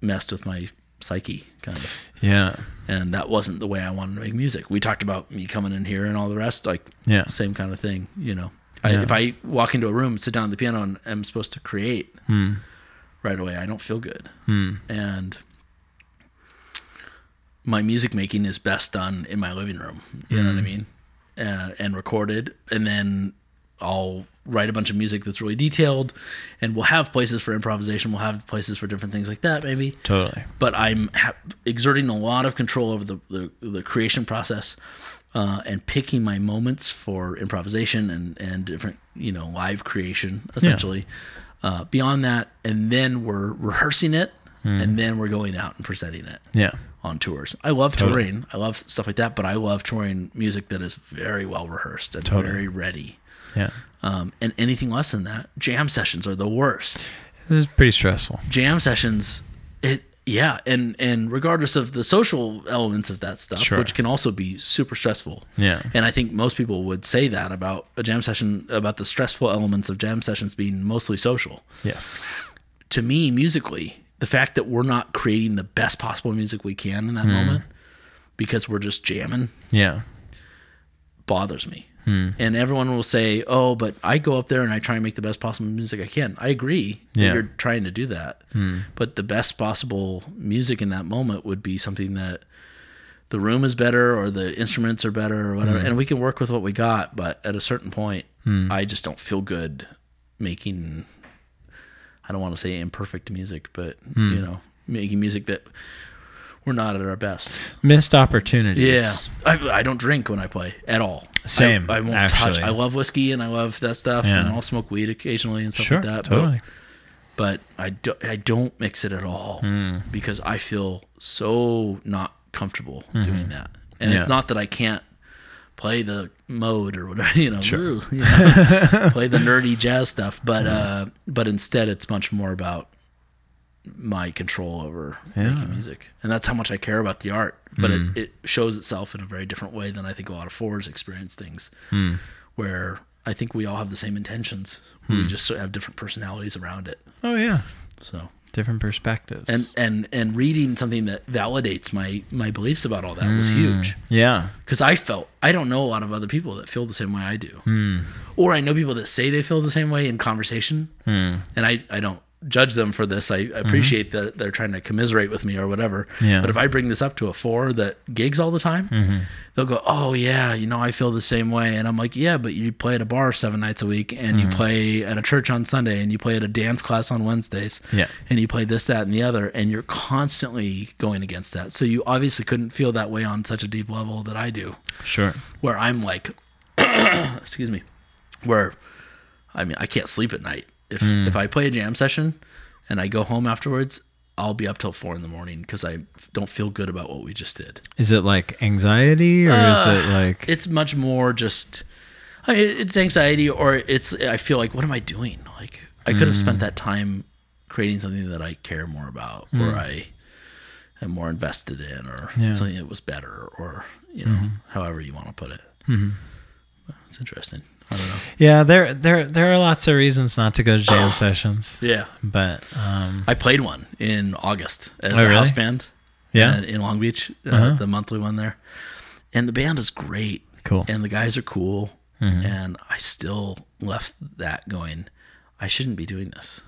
messed with my psyche kind of. Yeah. And that wasn't the way I wanted to make music. We talked about me coming in here and all the rest, like Yeah. same kind of thing, you know. I, Yeah. if I walk into a room, sit down at the piano, and I'm supposed to create Hmm. right away, I don't feel good. And my music making is best done in my living room. You know what I Hmm. mean? Uh, and recorded, and then I'll write a bunch of music that's really detailed, and we'll have places for improvisation. We'll have places for different things like that, maybe Totally. but I'm ha- exerting a lot of control over the the, the creation process uh, and picking my moments for improvisation and and different you know live creation essentially. Uh, beyond that, and then we're rehearsing it, Hmm. and then we're going out and presenting it Yeah. on tours. I love Totally. touring. I love stuff like that, but I love touring music that is very well rehearsed and Totally. very ready. Yeah. Um, and anything less than that, jam sessions are the worst This is pretty stressful. jam sessions it yeah and and regardless of the social elements of that stuff Sure. which can also be super stressful Yeah. and i think most people would say that about a jam session about the stressful elements of jam sessions being mostly social Yes. to me musically the fact that we're not creating the best possible music we can in that Hmm. moment because we're just jamming Yeah. bothers me. And everyone will say, "Oh, but I go up there and I try and make the best possible music I can." I agree Yeah. that you're trying to do that, but the best possible music in that moment would be something that the room is better or the instruments are better or whatever, and we can work with what we got. But at a certain point, I just don't feel good making. I don't want to say imperfect music, but you know, making music that we're not at our best. Missed opportunities. Yeah, I, I don't drink when I play at all. Same, I, I won't touch. actually. I love whiskey and I love that stuff, Yeah. and I'll smoke weed occasionally and stuff Sure. like that. totally. But, but I do, I don't mix it at all because I feel so not comfortable doing that. And Yeah. it's not that I can't play the mode or whatever you know, ugh, you know, play the nerdy jazz stuff, but uh, but instead it's much more about my control over making music, and that's how much I care about the art. But it, it shows itself in a very different way than I think a lot of fours experience things, where I think we all have the same intentions. We just sort of have different personalities around it. Oh yeah. So Different perspectives. and and and reading something that validates my my beliefs about all that was huge yeah. because I felt I don't know a lot of other people that feel the same way I do, or I know people that say they feel the same way in conversation, and I I don't judge them for this. I appreciate that they're trying to commiserate with me or whatever. Yeah. But if I bring this up to a four that gigs all the time, they'll go, "Oh yeah, you know I feel the same way," and I'm like, "Yeah, but you play at a bar seven nights a week, and you play at a church on Sunday, and you play at a dance class on Wednesdays, Yeah. and you play this, that, and the other, and you're constantly going against that. So you obviously couldn't feel that way on such a deep level that I do, Sure. where I'm like, excuse me, where I mean, I can't sleep at night. If if I play a jam session and I go home afterwards, I'll be up till four in the morning because I don't feel good about what we just did. Is it like anxiety or is Uh, it like It's much more just, I- it's anxiety or it's I feel like what am I doing? Like I could have Mm. spent that time creating something that I care more about Mm. or I am more invested in or something that was better or you know Mm-hmm. however you want to put it. It's interesting. I don't know. Yeah, there there there are lots of reasons not to go to jam sessions. Yeah, But um I played one in August as Oh, a really? house band. Yeah. Uh-huh. uh, in Long Beach, uh, the monthly one there, and the band is great. Cool. and the guys are cool. And I still left that going. I shouldn't be doing this.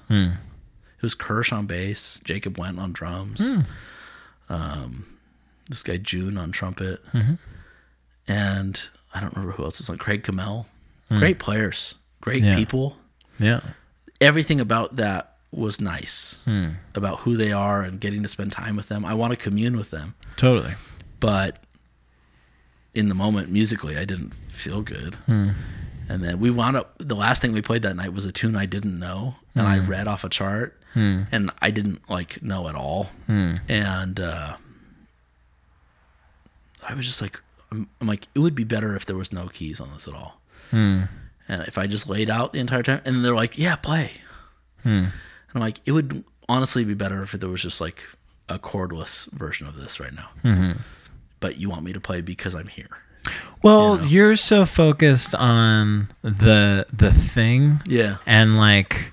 It was Kirsch on bass, Jacob Went on drums, um, this guy June on trumpet, and I don't remember who else was on. Craig Kamel, great players, great Yeah. people yeah. everything about that was nice about who they are and getting to spend time with them. I want to commune with them, Totally. but in the moment musically, I didn't feel good. And then we wound up. The last thing we played that night was a tune I didn't know, and I read off a chart, and I didn't like know at all. And uh, I was just like, I'm, I'm like, it would be better if there was no keys on this at all. And if I just laid out the entire time, and they're like, yeah, play. And I'm like, it would honestly be better if there was just like a chordless version of this right now. But you want me to play because I'm here. Well, you're so focused on the the thing Yeah. and like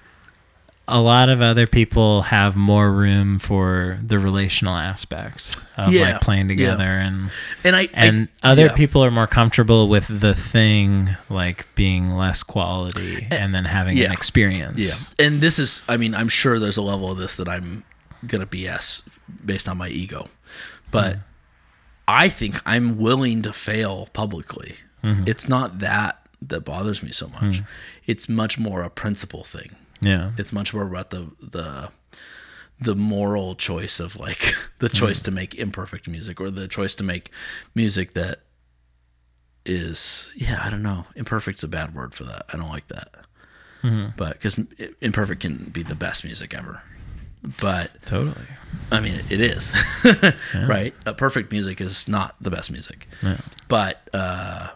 a lot of other people have more room for the relational aspect of Yeah, like playing yeah. together and And I and other yeah. people are more comfortable with the thing like being less quality and then having Eh, yeah. an experience. Yeah. And this is, I mean, I'm sure there's a level of this that I'm going to BS based on my ego. But I think I'm willing to fail publicly. Mm-hmm. It's not that that bothers me so much. It's much more a principle thing. Yeah. It's much more about the, the, the moral choice of like the choice to make imperfect music or the choice to make music that is yeah i don't know imperfect's a bad word for that i don't like that but because imperfect can be the best music ever but Totally. i mean it is right uh, perfect music is not the best music but uh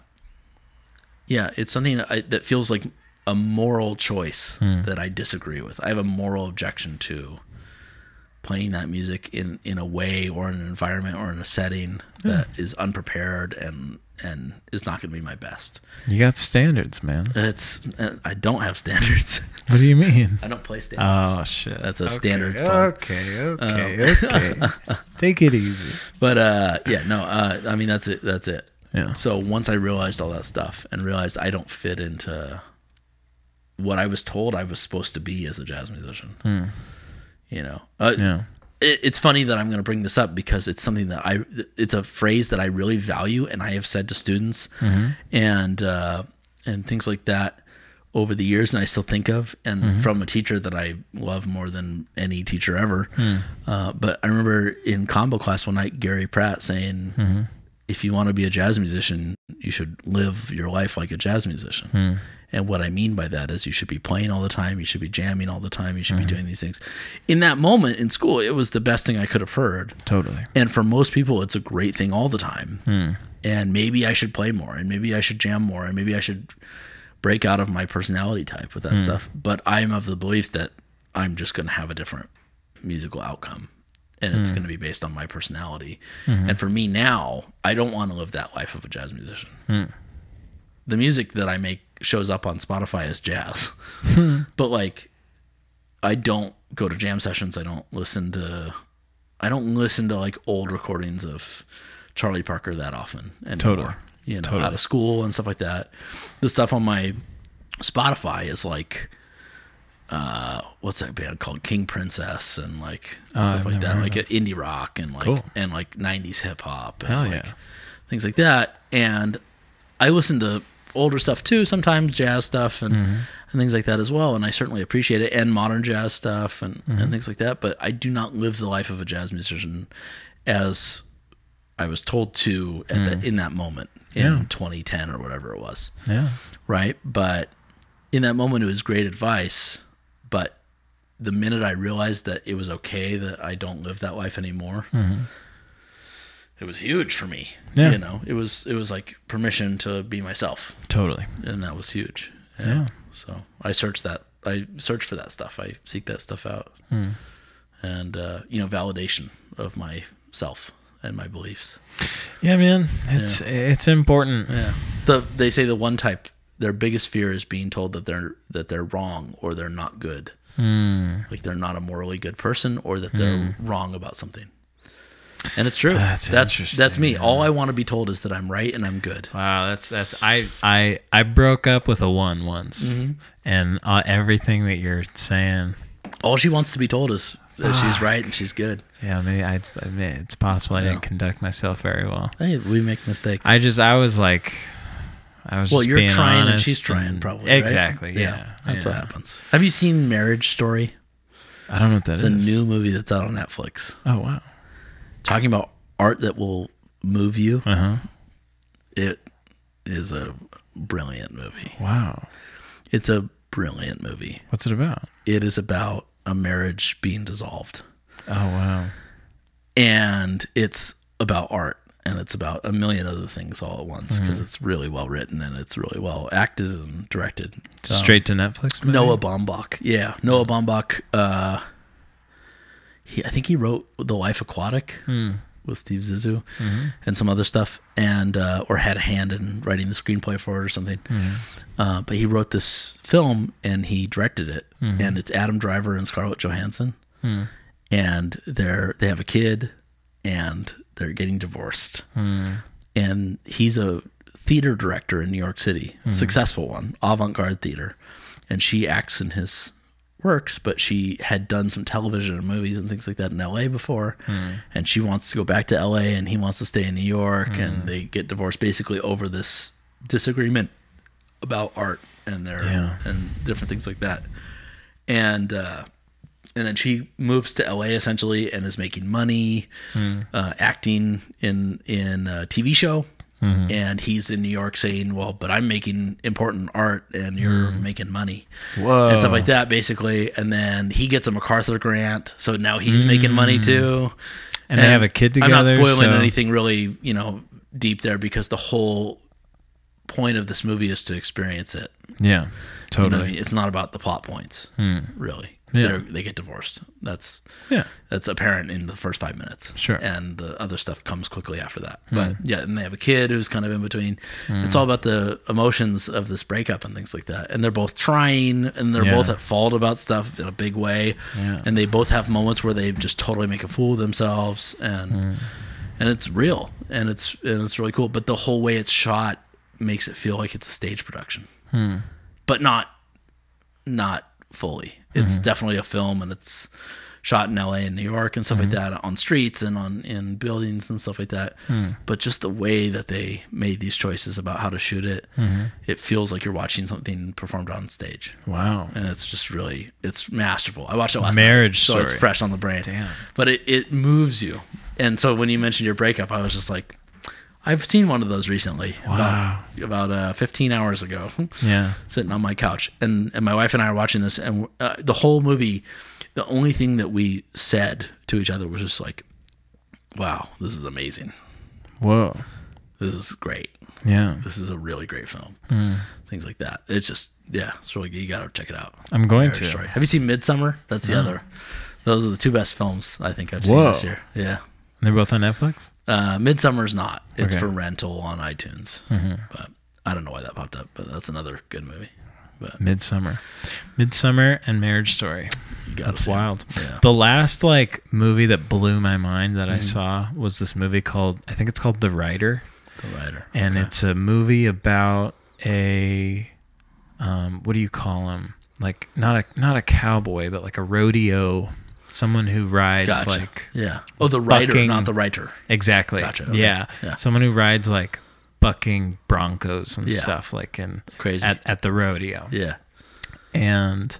yeah it's something I, that feels like a moral choice that i disagree with i have a moral objection to playing that music in in a way or in an environment or in a setting that is unprepared and and is not going to be my best You got standards, man. it's uh, i don't have standards What do you mean? i don't play standards Oh shit. that's Um, a standards Uh, pun. Okay, okay, okay. Take it easy. but uh yeah no uh i mean that's it that's it Yeah. so once i realized all that stuff and realized i don't fit into what i was told i was supposed to be as a jazz musician you know uh, Yeah. it, it's funny that i'm going to bring this up because it's something that i it's a phrase that i really value and i have said to students and uh and things like that over the years and i still think of and from a teacher that i love more than any teacher ever uh, but i remember in combo class one night gary pratt saying if you want to be a jazz musician, you should live your life like a jazz musician. And what I mean by that is you should be playing all the time, you should be jamming all the time, you should be doing these things. In that moment in school, it was the best thing I could have heard. Totally. And for most people, it's a great thing all the time. And maybe I should play more, and maybe I should jam more, and maybe I should break out of my personality type with that stuff. But I'm of the belief that I'm just going to have a different musical outcome, and it's going to be based on my personality. And for me now, I don't want to live that life of a jazz musician. The music that I make shows up on Spotify as jazz, Hmm. but like I don't go to jam sessions. I don't listen to I don't listen to like old recordings of Charlie Parker that often and Totally. you know Totally. out of school and stuff like that. The stuff on my Spotify is like uh what's that band called King Princess and like stuff Oh, I've like never that heard like indie rock and like Cool. and like 90s hip hop and Hell like yeah. things like that and I listen to older stuff too sometimes jazz stuff and and things like that as well and I certainly appreciate it and modern jazz stuff and and things like that but I do not live the life of a jazz musician as I was told to at the, in that moment in 2010 or whatever it was Yeah. right? But in that moment, it was great advice. But the minute I realized that it was okay that I don't live that life anymore, it was huge for me. Yeah. You know, it was it was like permission to be myself, Totally. and that was huge. Yeah. So I searched that. I search for that stuff. I seek that stuff out, and uh, you know, validation of myself and my beliefs. Yeah, man. It's it's important. Yeah. The they say the one type their biggest fear is being told that they're that they're wrong or they're not good. Like they're not a morally good person or that they're wrong about something. And it's true. Hmm. That's that's, interesting, that's me. All I want to be told is that I'm right and I'm good. Wow, that's that's I I I broke up with a one once, Mm-hmm. and uh, everything that you're saying, All she wants to be told is that she's Ah. right and she's good. yeah, maybe I, just- I mean, it's possible I didn't conduct myself very well. Hey, we make mistakes. I just I was like, I was well, just you're being trying and honest she's trying, probably. right? exactly. Yeah, that's yeah. what happens. Have you seen Marriage Story? I don't know what that is. It's a new movie that's out on Netflix. Oh wow. talking about art that will move you. It is a brilliant movie. Wow. It's a brilliant movie. What's it about? It is about a marriage being dissolved, Oh wow. and it's about art. And it's about a million other things all at once because it's really well written and it's really well acted and directed. It's a Straight to Netflix. Movie? Noah Baumbach, yeah, Noah Baumbach. Uh, he, I think he wrote The Life Aquatic, with Steve Zissou and some other stuff, and uh, or had a hand in writing the screenplay for it or something. Uh, but he wrote this film and he directed it, and it's Adam Driver and Scarlett Johansson, and they're they have a kid, and they're getting divorced, and he's a theater director in New York City, successful one, avant-garde theater, and she acts in his works, but she had done some television and movies and things like that in LA before. And she wants to go back to LA and he wants to stay in New York. And they get divorced basically over this disagreement about art and their Yeah. and different things like that. And uh and then she moves to LA essentially and is making money, Hmm. uh, acting in in a TV show. Mm-hmm. And he's in New York saying, "Well, but I'm making important art, and you're making money." Hmm. Whoa. and stuff like that, basically. And then he gets a MacArthur grant, so now he's making money too. Hmm. And they have a kid I'm not together, spoiling so- anything really, you know, deep there because the whole point of this movie is to experience it. You know yeah, what I totally. mean? It's not about the plot points, really. Hmm. Yeah. They're, they get divorced. That's Yeah. that's apparent in the first five minutes. Sure. Hmm. And the other stuff comes quickly after that. But yeah, and they have a kid who's kind of in between. It's all about the emotions of this breakup and things like that. And they're both trying and they're Yeah. both at fault about stuff in a big way. Yeah. And they both have moments where they just totally make a fool of themselves and Hmm. and it's real and it's and it's really cool. But the whole way it's shot makes it feel like it's a stage production. But not not fully. It's Mm-hmm. definitely a film and it's shot in LA and New York and stuff Mm-hmm. like that on streets and on in buildings and stuff like that. Mm. But just the way that they made these choices about how to shoot it, it feels like you're watching something performed on stage. Mm-hmm. Wow. And it's just really it's masterful. I watched it last Marriage night, so it's Story. fresh on the brain. Damn. But it, it moves you. And so when you mentioned your breakup, I was just like I've seen one of those recently. Wow. About, about uh, 15 hours ago Yeah. sitting on my couch and, and my wife and i are watching this and uh, the whole movie the only thing that we said to each other was just like wow this is amazing Whoa. this is great Yeah. this is a really great film Hmm. things like that it's just yeah it's really good you gotta check it out I'm going Marriage to. Story. have you seen midsummer that's the other those are the two best films i think i've seen Whoa. this year yeah They're both on Netflix. uh, Midsummer's not. It's Okay. Mm-hmm. for rental on iTunes. But I don't know why that popped up, but that's another good movie. But Midsummer, Midsummer, and Marriage Story. you gotta That's see it. wild. Yeah. Mm. The last like movie that blew my mind that I saw was this movie called I think it's called The Writer, The writer. and it's a movie about a um, what do you call him? Like not a not a cowboy, but like a rodeo, someone who rides Gotcha. like yeah. Oh, the writer, bucking- not the writer. Exactly. Gotcha, okay. Yeah. Yeah. Someone who rides like bucking broncos and Yeah. stuff like in Crazy. at, at the rodeo. Yeah. And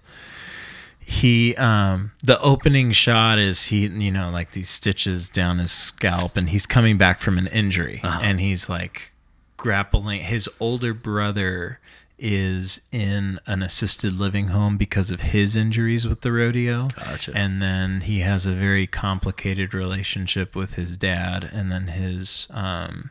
he um the opening shot is he you know like these stitches down his scalp and he's coming back from an injury and he's like grappling his older brother is in an assisted living home because of his injuries with the rodeo Gotcha. and then he has a very complicated relationship with his dad and then his um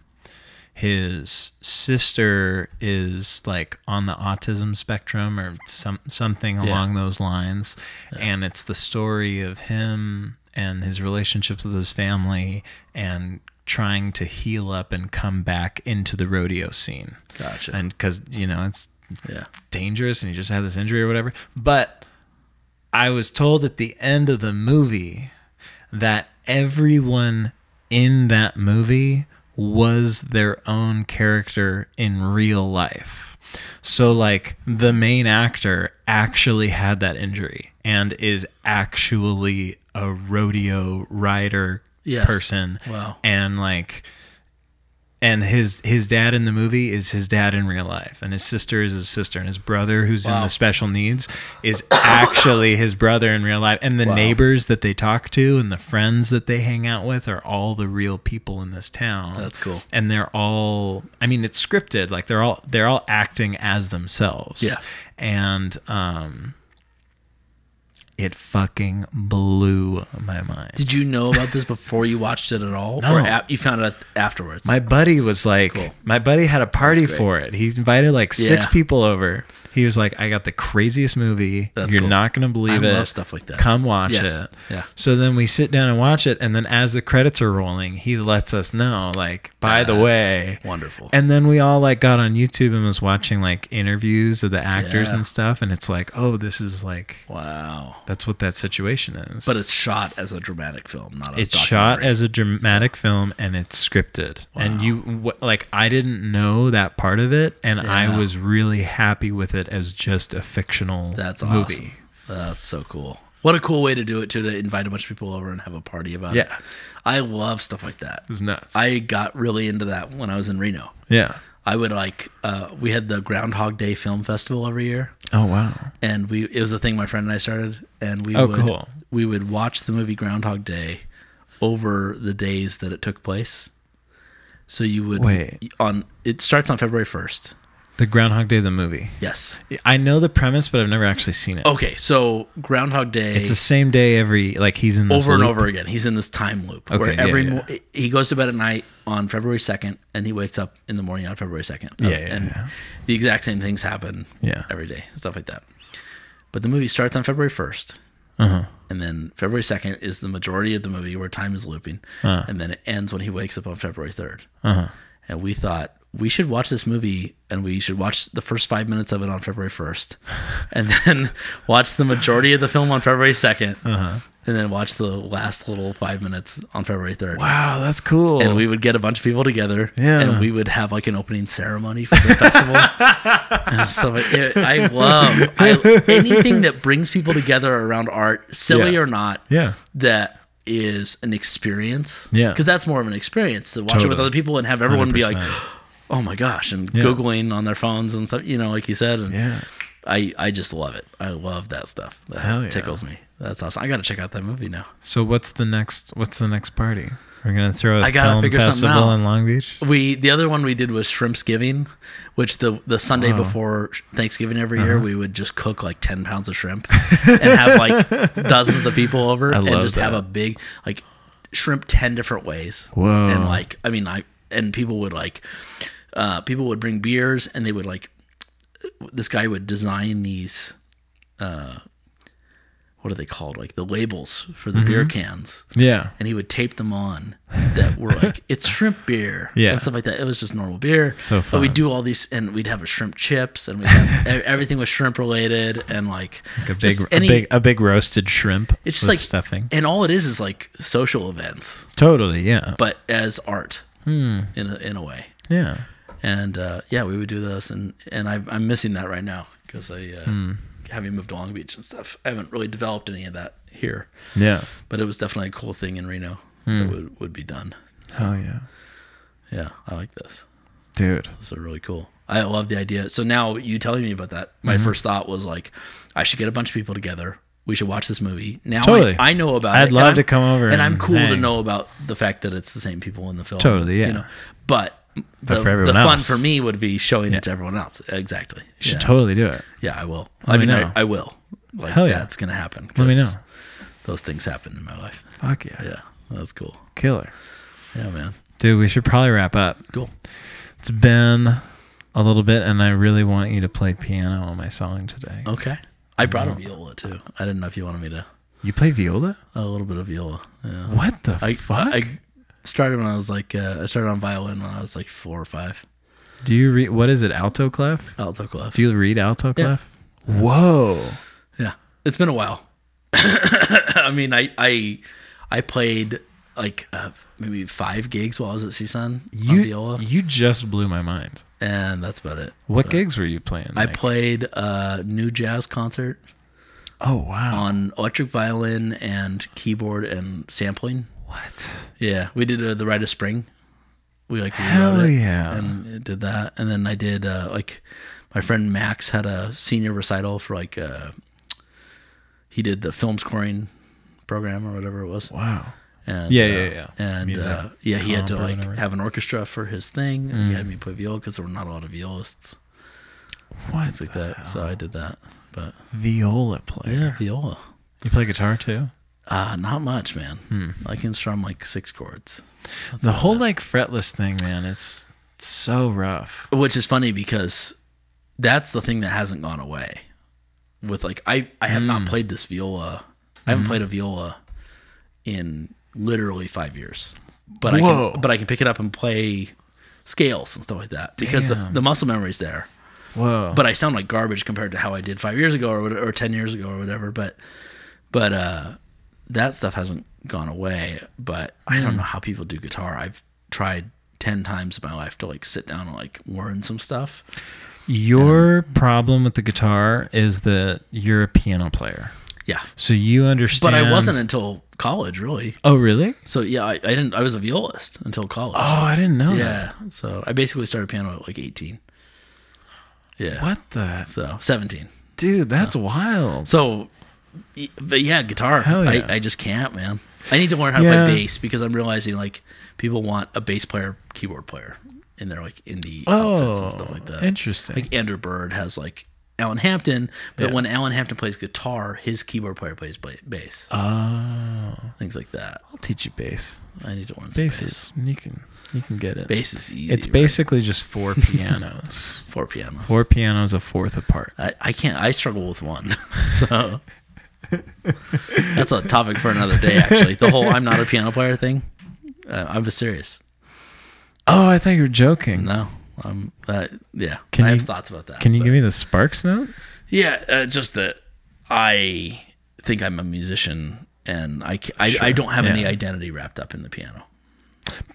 his sister is like on the autism spectrum or some something along those lines and it's the story of him and his relationships with his family and trying to heal up and come back into the rodeo scene Gotcha. and cuz you know it's yeah. dangerous and he just had this injury or whatever. But I was told at the end of the movie that everyone in that movie was their own character in real life. So, like, the main actor actually had that injury and is actually a rodeo rider Yes. person. Wow. And, like, and his his dad in the movie is his dad in real life and his sister is his sister and his brother who's in the special needs is actually his brother in real life and the neighbors that they talk to and the friends that they hang out with are all the real people in this town That's cool. and they're all i mean it's scripted like they're all they're all acting as themselves Yeah. and um it fucking blew my mind. Did you know about this before you watched it at all? No. Or ap- you found it afterwards? My buddy was like, my buddy had a party great. for it. He invited like six Yeah. people over. He was like, I got the craziest movie. That's You're cool. not going to believe I it. love stuff like that. Come watch Yes. it. Yeah. So then we sit down and watch it. And then as the credits are rolling, he lets us know, like, by the That's way. wonderful. And then we all like got on YouTube and was watching like interviews of the actors Yeah. and stuff. And it's like, oh, this is like, wow. that's what that situation is. But it's shot as a dramatic film, not a it's shot documentary. as a dramatic film and it's scripted and you wh- like i didn't know that part of it and i Yeah. was really happy with it as just a fictional That's movie awesome. That's so cool. What a cool way to do it too to invite a bunch of people over and have a party about it. Yeah. I love stuff like that. it was nuts I got really into that when I was in Reno. yeah I would like uh, we had the Groundhog Day Film Festival every year, oh wow and we it was a thing my friend and I started, and we Oh, would cool. we would watch the movie Groundhog Day over the days that it took place. So you would Wait. on it starts on February first. the groundhog day the movie Yes. i know the premise but i've never actually seen it Okay, so Groundhog Day it's the same day every like he's in this over and loop. over again. He's in this time loop where Okay, yeah, every yeah. mo- he goes to bed at night on February second, and he wakes up in the morning on February second. Um, Yeah, yeah, and yeah. the exact same things happen. Yeah. every day, stuff like that. But the movie starts on February first, Uh-huh, and then February second is the majority of the movie where time is looping, and then it ends when he wakes up on February 3rd uh-huh. And we thought we should watch this movie, and we should watch the first five minutes of it on February first, and then watch the majority of the film on February 2nd Uh-huh. and then watch the last little five minutes on February third. wow that's cool And we would get a bunch of people together, Yeah. and we would have like an opening ceremony for the festival. and so like, it, I love I, anything that brings people together around art, silly Yeah. or not. Yeah. that is an experience. Yeah. because that's more of an experience to watch it with Totally. other people and have everyone be like, 100%. "Oh my gosh!" and googling on their phones and stuff. You know, like you said. And yeah I I just love it. I love that stuff. That Hell yeah. tickles me. That's awesome. I got to check out that movie now. so what's the next what's the next party we're gonna throw a I gotta film figure something festival out. in long beach We the other one we did was Shrimpsgiving, which the the Sunday Uh-huh. before Thanksgiving every year we would just cook like ten pounds of shrimp and have like dozens of people over and love just have that. a big like shrimp ten different ways. Whoa. And like I mean I and people would like uh people would bring beers and they would like this guy would design these uh what are they called? Like the labels for the beer Mm-hmm. cans yeah and he would tape them on that were like it's shrimp beer Yeah. and stuff like that. It was just normal beer. So But we fun. do all these, and we'd have a shrimp chips, and we have e- everything was shrimp related, and like, a big, just a big, a big roasted shrimp. It's just with like stuffing. and all it is is like social events, Totally, yeah, but as art Hmm. in a, in a way. yeah. And uh, yeah, we would do those, and and I, I'm missing that right now because I, uh, Hmm. having moved to Long Beach and stuff, I haven't really developed any of that here. Yeah. But it was definitely a cool thing in Reno Hmm. that would, would be done. Oh yeah, Yeah, I like this. dude. So really cool. I love the idea. So now you telling me about that, my Mm-hmm. first thought was like, I should get a bunch of people together. We should watch this movie. Now Totally. I, I know about it. I'd and love I'm- to come over And, I'm and cool to hang. know about the fact that it's the same people in the film. Totally, yeah. But the, for everyone the fun else. for me would be showing it to everyone else. Exactly. You Yeah. should totally do it. yeah, I will. Let I me mean, know. I, I will. Like, Hell yeah. That's going to happen. Let me 'cause know. Those things happen in my life. Fuck yeah, Yeah, that's cool. killer, Yeah, man. dude. We should probably wrap up. Cool. It's been a little bit, and I really want you to play piano on my song today. Okay. I brought Mm-hmm. a viola too. I didn't know if you wanted me to. You play viola? A little bit of viola. Yeah. What the I, fuck? I started when I was like uh, I started on violin when I was like four or five. do you read? What is it? Alto clef? Alto clef. Do you read alto clef? Whoa. yeah, it's been a while. I mean, I I I played like uh, maybe five gigs while I was at CSUN on You viola, you just blew my mind. and that's about it. What gigs were you playing? I like? played a new jazz concert Oh wow. on electric violin and keyboard and sampling. What? Yeah, we did uh, the Rite of Spring. We like rewrote Hell it yeah. and it did that, and then I did uh, like my friend Max had a senior recital for like uh, he did the film scoring program or whatever it was. Wow. And, Yeah, uh, yeah, yeah. And Music uh, yeah, he had to comp or like whatever. Mm. have an orchestra for his thing, and he had me play viola because there were not a lot of violists What? like that. So I did that, but Viola player. yeah, viola. You play guitar too? Uh, not much, man. Hmm. I can strum like six chords, the whole like fretless thing, man, it's so rough. which is funny because that's the thing that hasn't gone away. With like, I I have not played this viola. I haven't played a viola in literally five years. But I Whoa. can but I can pick it up and play scales and stuff like that because the the muscle memory's there. Whoa. but I sound like garbage compared to how I did five years ago or what- or ten years ago or whatever. But but uh, that stuff hasn't gone away. But I Hmm. don't know how people do guitar. I've tried ten times in my life to like sit down and like learn some stuff. Your problem with the guitar is that you're a piano player. Yeah, So you understand. but I wasn't until college really. Oh, really? So yeah, I, I didn't. I was a violist until college. Oh, I didn't know that. yeah. So I basically started piano at like eighteen. Yeah. What the? So seventeen. Dude, that's wild. So, y- but yeah, guitar. Hell yeah. I, I just can't, man. I need to learn how to Yeah. play bass because I'm realizing like people want a bass player, keyboard player, and they're like indie outfits Oh, and stuff like that. interesting. Like Andrew Bird has like Alan Hampton, but Yeah. when Alan Hampton plays guitar, his keyboard player plays ba- bass. Uh, oh. Things like that. I'll teach you bass. I need to learn some Bass bass. is, you can, you can get it. Bass is easy. it's basically just four pianos. right? four pianos. four pianos, a fourth apart. I, I can't. I struggle with one. So that's a topic for another day. Actually, the whole "I'm not a piano player" thing. Uh, I'm just serious. Oh, I thought you were joking. No, I'm. Uh, yeah, Can I have you- thoughts about that. Can you but- give me the Sparks note? Yeah, uh, just that I think I'm a musician, and I ca- I, I don't have any yeah. identity wrapped up in the piano.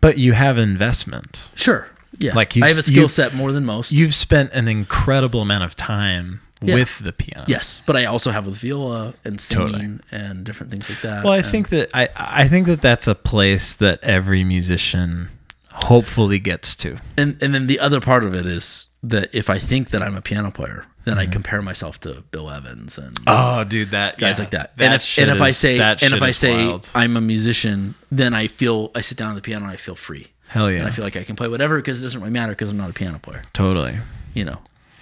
But you have investment. Sure. Yeah. Like you I have a s- skill you- set more than most. You've spent an incredible amount of time Yeah. with the piano. yes, but I also have with viola and singing Totally. and different things like that. Well, I and- think that I I think that that's a place that every musician hopefully gets to. and and then the other part of it is that if I think that I'm a piano player, then I compare myself to Bill Evans and Mm-hmm. Oh, dude, that guys like that. and if and if I say and if I say I'm a musician, then I feel I sit down at the piano and I feel free. hell And yeah, I feel like I can play whatever because it doesn't really matter because I'm not a piano player. totally. You know,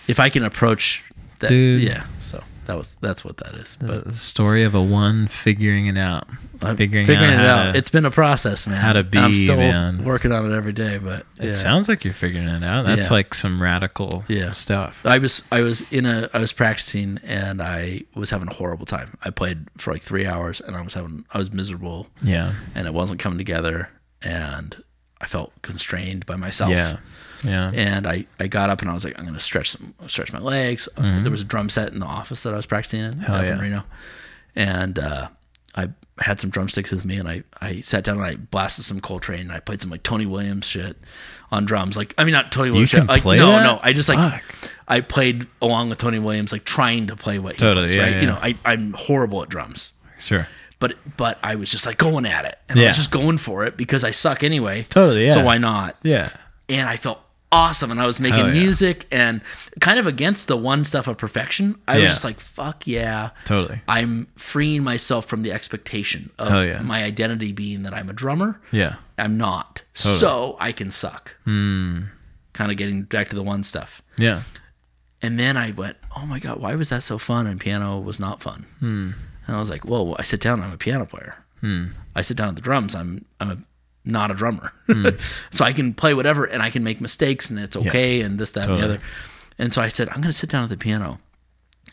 if I can approach that, Dude. yeah. So that was that's what that is. But the story of a one figuring it out, I'm figuring, it how out. to- it's been a process, man. how to And I'm be, still man. working on it every day, but it yeah. sounds like you're figuring it out. That's Yeah. like some radical Yeah. stuff. I was I was in a I was practicing and I was having a horrible time. I played for like three hours and I was having I was miserable Yeah, and it wasn't coming together and I felt constrained by myself. yeah, yeah. And I, I got up and I was like, I'm gonna stretch some stretch my legs. Uh, There was a drum set in the office that I was practicing in up in Mm-hmm. yeah. Reno. And uh, I had some drumsticks with me and I, I sat down and I blasted some Coltrane and I played some like Tony Williams shit on drums. Like I mean not Tony Williams can shit. Like, play no, that? no. I just like Fuck. I played along with Tony Williams, like trying to play what he Totally, plays, yeah, right? You yeah. know, I, I'm horrible at drums Sure. but but I was just like going at it, and I Yeah. was just going for it because I suck anyway. Totally, yeah. So why not? Yeah. And I felt awesome, and I was making Hell yeah. music, and kind of against the one stuff of perfection. I was Yeah. just like, fuck yeah, Totally. I'm freeing myself from the expectation of Hell yeah. my identity being that I'm a drummer. Yeah. I'm not, so I can suck. Hmm. Kind of getting back to the one stuff. Yeah. And then I went, oh my God, why was that so fun? And piano was not fun. And I was like, whoa, I sit down, I'm a piano player. I sit down at the drums, I'm, I'm a, not a drummer. so I can play whatever and I can make mistakes and it's okay and this, that, and the Totally. other. And so I said, I'm going to sit down at the piano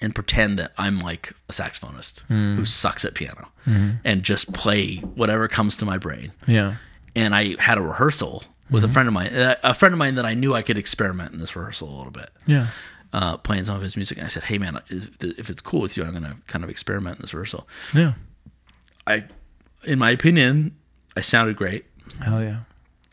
and pretend that I'm like a saxophonist who sucks at piano and just play whatever comes to my brain Yeah. and I had a rehearsal with a friend of mine, uh, a friend of mine that I knew I could experiment in this rehearsal a little bit, Yeah. uh, playing some of his music. And I said, "Hey, man, if, th- if it's cool with you, I'm gonna kind of experiment in this rehearsal." Yeah. I, in my opinion, I sounded great. Hell yeah.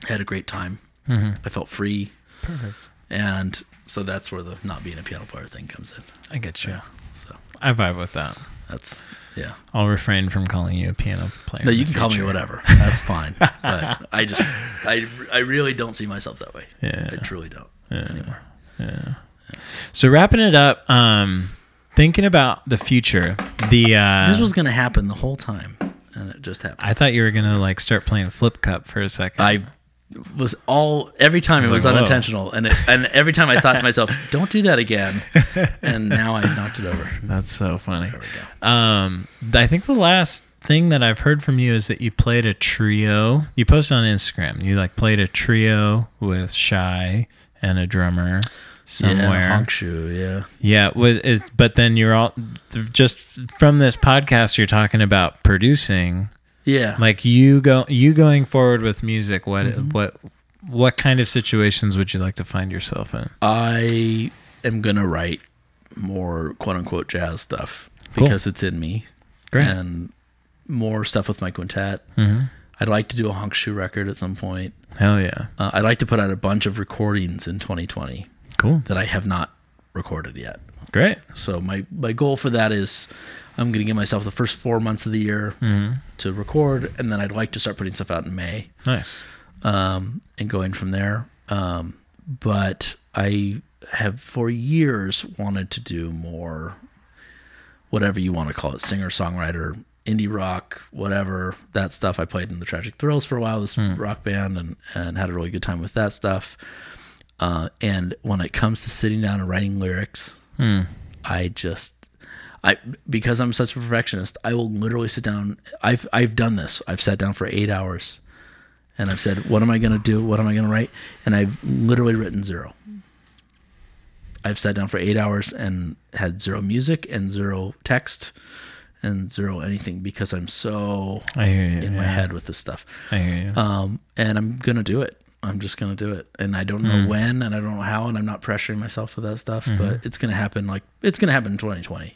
I had a great time. Mm-hmm. I felt free, Perfect. and so that's where the not being a piano player thing comes in. I get you. So I vibe with that. that's yeah. I'll refrain from calling you a piano player. No, in you the can call me future. whatever. That's fine. but I just, I, I really don't see myself that way. Yeah. I truly don't anymore. So wrapping it up, um, thinking about the future, the uh, This was gonna happen the whole time, and it just happened. I thought you were gonna like start playing flip cup for a second. I was all every time it like, oh. was "Whoa." unintentional, and it, and every time I thought to myself, "Don't do that again," and now I knocked it over. That's so funny. Um, th- I think the last thing that I've heard from you is that you played a trio. You posted on Instagram. You like played a trio with Shy and a drummer Yeah, somewhere. honk shoe. Yeah, Yeah, with is but then you're all just from this podcast you're talking about producing. yeah. Like you go you going forward with music, what what what kind of situations would you like to find yourself in? I am gonna write more quote unquote jazz stuff Cool. because it's in me. Great. Mm-hmm. And more stuff with my quintet. I'd like to do a honk shoe record at some point. Hell yeah. Uh, I'd like to put out a bunch of recordings in 2020 Cool. that I have not recorded yet. Great. So my my goal for that is I'm gonna give myself the first four months of the year to record, and then I'd like to start putting stuff out in May Nice. um, and going from there. Um, but I have for years wanted to do more, whatever you want to call it, singer songwriter, indie rock, whatever that stuff. I played in the Tragic Thrills for a while, this rock band, and and had a really good time with that stuff. Uh, and when it comes to sitting down and writing lyrics, I just I because I'm such a perfectionist, I will literally sit down. I've I've done this. I've sat down for eight hours, and I've said, "What am I going to do? What am I going to write?" And I've literally written zero. I've sat down for eight hours and had zero music and zero text and zero anything because I'm so I hear you. in my head with this stuff. I hear you. Um, and I'm gonna do it. I'm just gonna do it, and I don't know Hmm. when, and I don't know how, and I'm not pressuring myself for that stuff. Mm-hmm. But it's gonna happen. Like it's gonna happen in 2020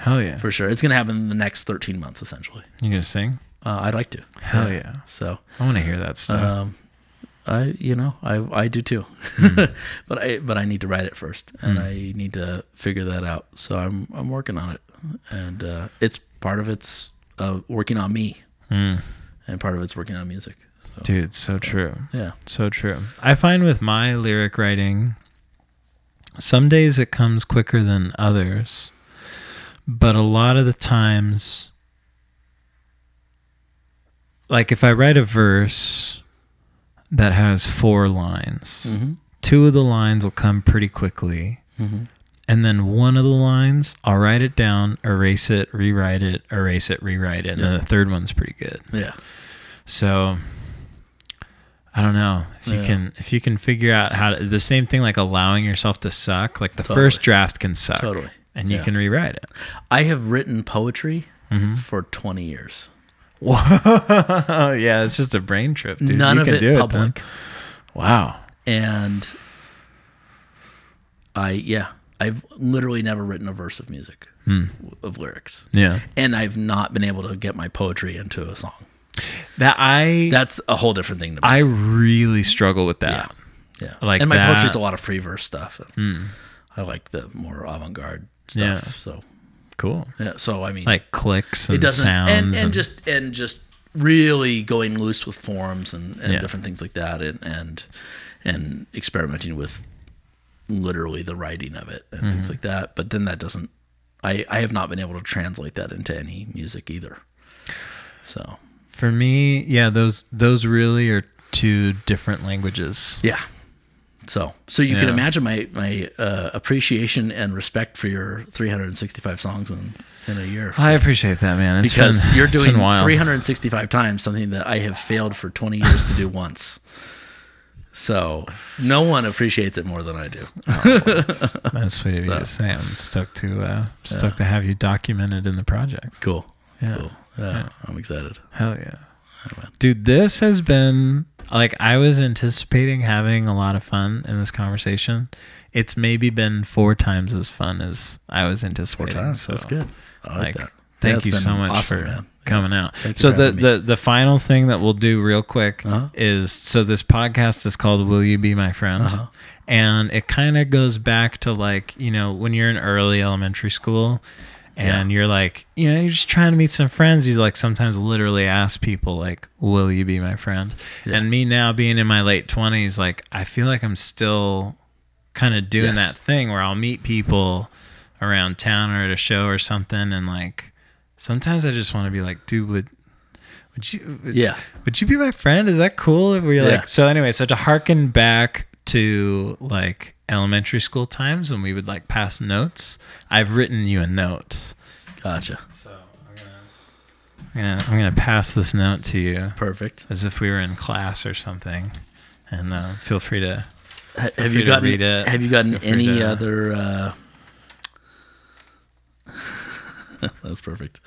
Hell yeah. for sure. It's gonna happen in the next 13 months, essentially. You gonna sing? Uh, I'd like to. Hell yeah. So, I want to hear that stuff. um, I you know I I do too, Hmm. but I but I need to write it first, and I need to figure that out. So I'm I'm working on it, and uh, it's part of it's uh, working on me, Hmm. and part of it's working on music. So Dude, so true. yeah. So true. I find with my lyric writing, some days it comes quicker than others, but a lot of the times, like if I write a verse that has four lines, Mm-hmm. two of the lines will come pretty quickly. And then one of the lines, I'll write it down, erase it, rewrite it, erase it, rewrite it. And then the third one's pretty good. Yeah. So I don't know if you Yeah. can if you can figure out how to the same thing like allowing yourself to suck. Like the first draft can suck, Totally. and you Yeah. can rewrite it. I have written poetry Mm-hmm. for 20 years. Oh, Whoa, yeah, it's just a brain trip, dude. None you of can it do it, then. public. Wow, and I, yeah, I've literally never written a verse of music, Hmm. of lyrics. yeah. And I've not been able to get my poetry into a song. That I That's a whole different thing to me. I really struggle with yeah. that. Yeah. Like and my that- Hmm. poetry's a lot of free verse stuff. I like the more avant garde stuff. Yeah. So, Cool, yeah. So, I mean, like clicks and it doesn't sounds and, and, just and just really going loose with forms and, and Yeah. different things like that and and and experimenting with literally the writing of it and Mm-hmm. things like that but then that doesn't I, I have not been able to translate that into any music either so for me, yeah. Those those really are two different languages. yeah so so you can Yeah. imagine my my uh, appreciation and respect for your 365 songs in, in a year I appreciate that, man. It's because been- you're it's been doing wild. 365 times something that I have failed for 20 years to do once. So no one appreciates it more than I do. That's sweet of you to say. I'm stoked to uh, stoked to have you documented in the project. Cool. Yeah. Cool. Yeah, I'm excited. Hell yeah, dude! This has been like I was anticipating having a lot of fun in this conversation. It's maybe been four times as fun as I was anticipating. so, That's good. I like, Like, that. Yeah, thank it's you been so much awesome, for man. coming out. Thank you So for the, having me. the the final thing that we'll do real quick Uh-huh. is so this podcast is called "Will You Be My Friend," Uh-huh. and it kind of goes back to like you know when you're in early elementary school. And you're like, you know, you're just trying to meet some friends. You like sometimes literally ask people, like, will you be my friend? And me now being in my late 20s, like, I feel like I'm still kind of Yes. doing that thing where I'll meet people around town or at a show or something, and like sometimes I just want to be like, dude, would Would you? Would, Yeah. Would you be my friend? Is that cool? If we Yeah. like so anyway, so to harken back to like elementary school times when we would like pass notes, I've written you a note. Gotcha. So I'm gonna, I'm gonna, I'm gonna pass this note to you Perfect. as if we were in class or something, and uh, feel free to. Ha- Feel Have free you to gotten read it. Have you gotten Feel free any to- other? Uh... That's perfect.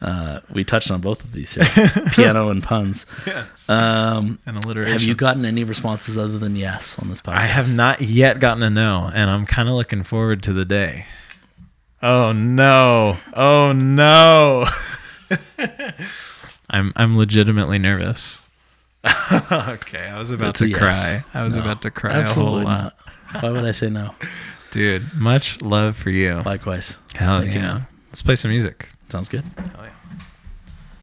Uh, we touched on both of these here, piano and puns. Yes. Um, an alliteration. have you gotten any responses other than yes on this podcast? I have not yet gotten a no, and I'm kind of looking forward to the day. Oh no! Oh no! I'm I'm legitimately nervous. okay, I was about That's a to yes. cry. I was about to cry Absolutely a whole lot, not. Why would I say no? dude. Much love for you. Likewise. Hell Thank you, yeah! man. Let's play some music. Sounds good. Hell yeah.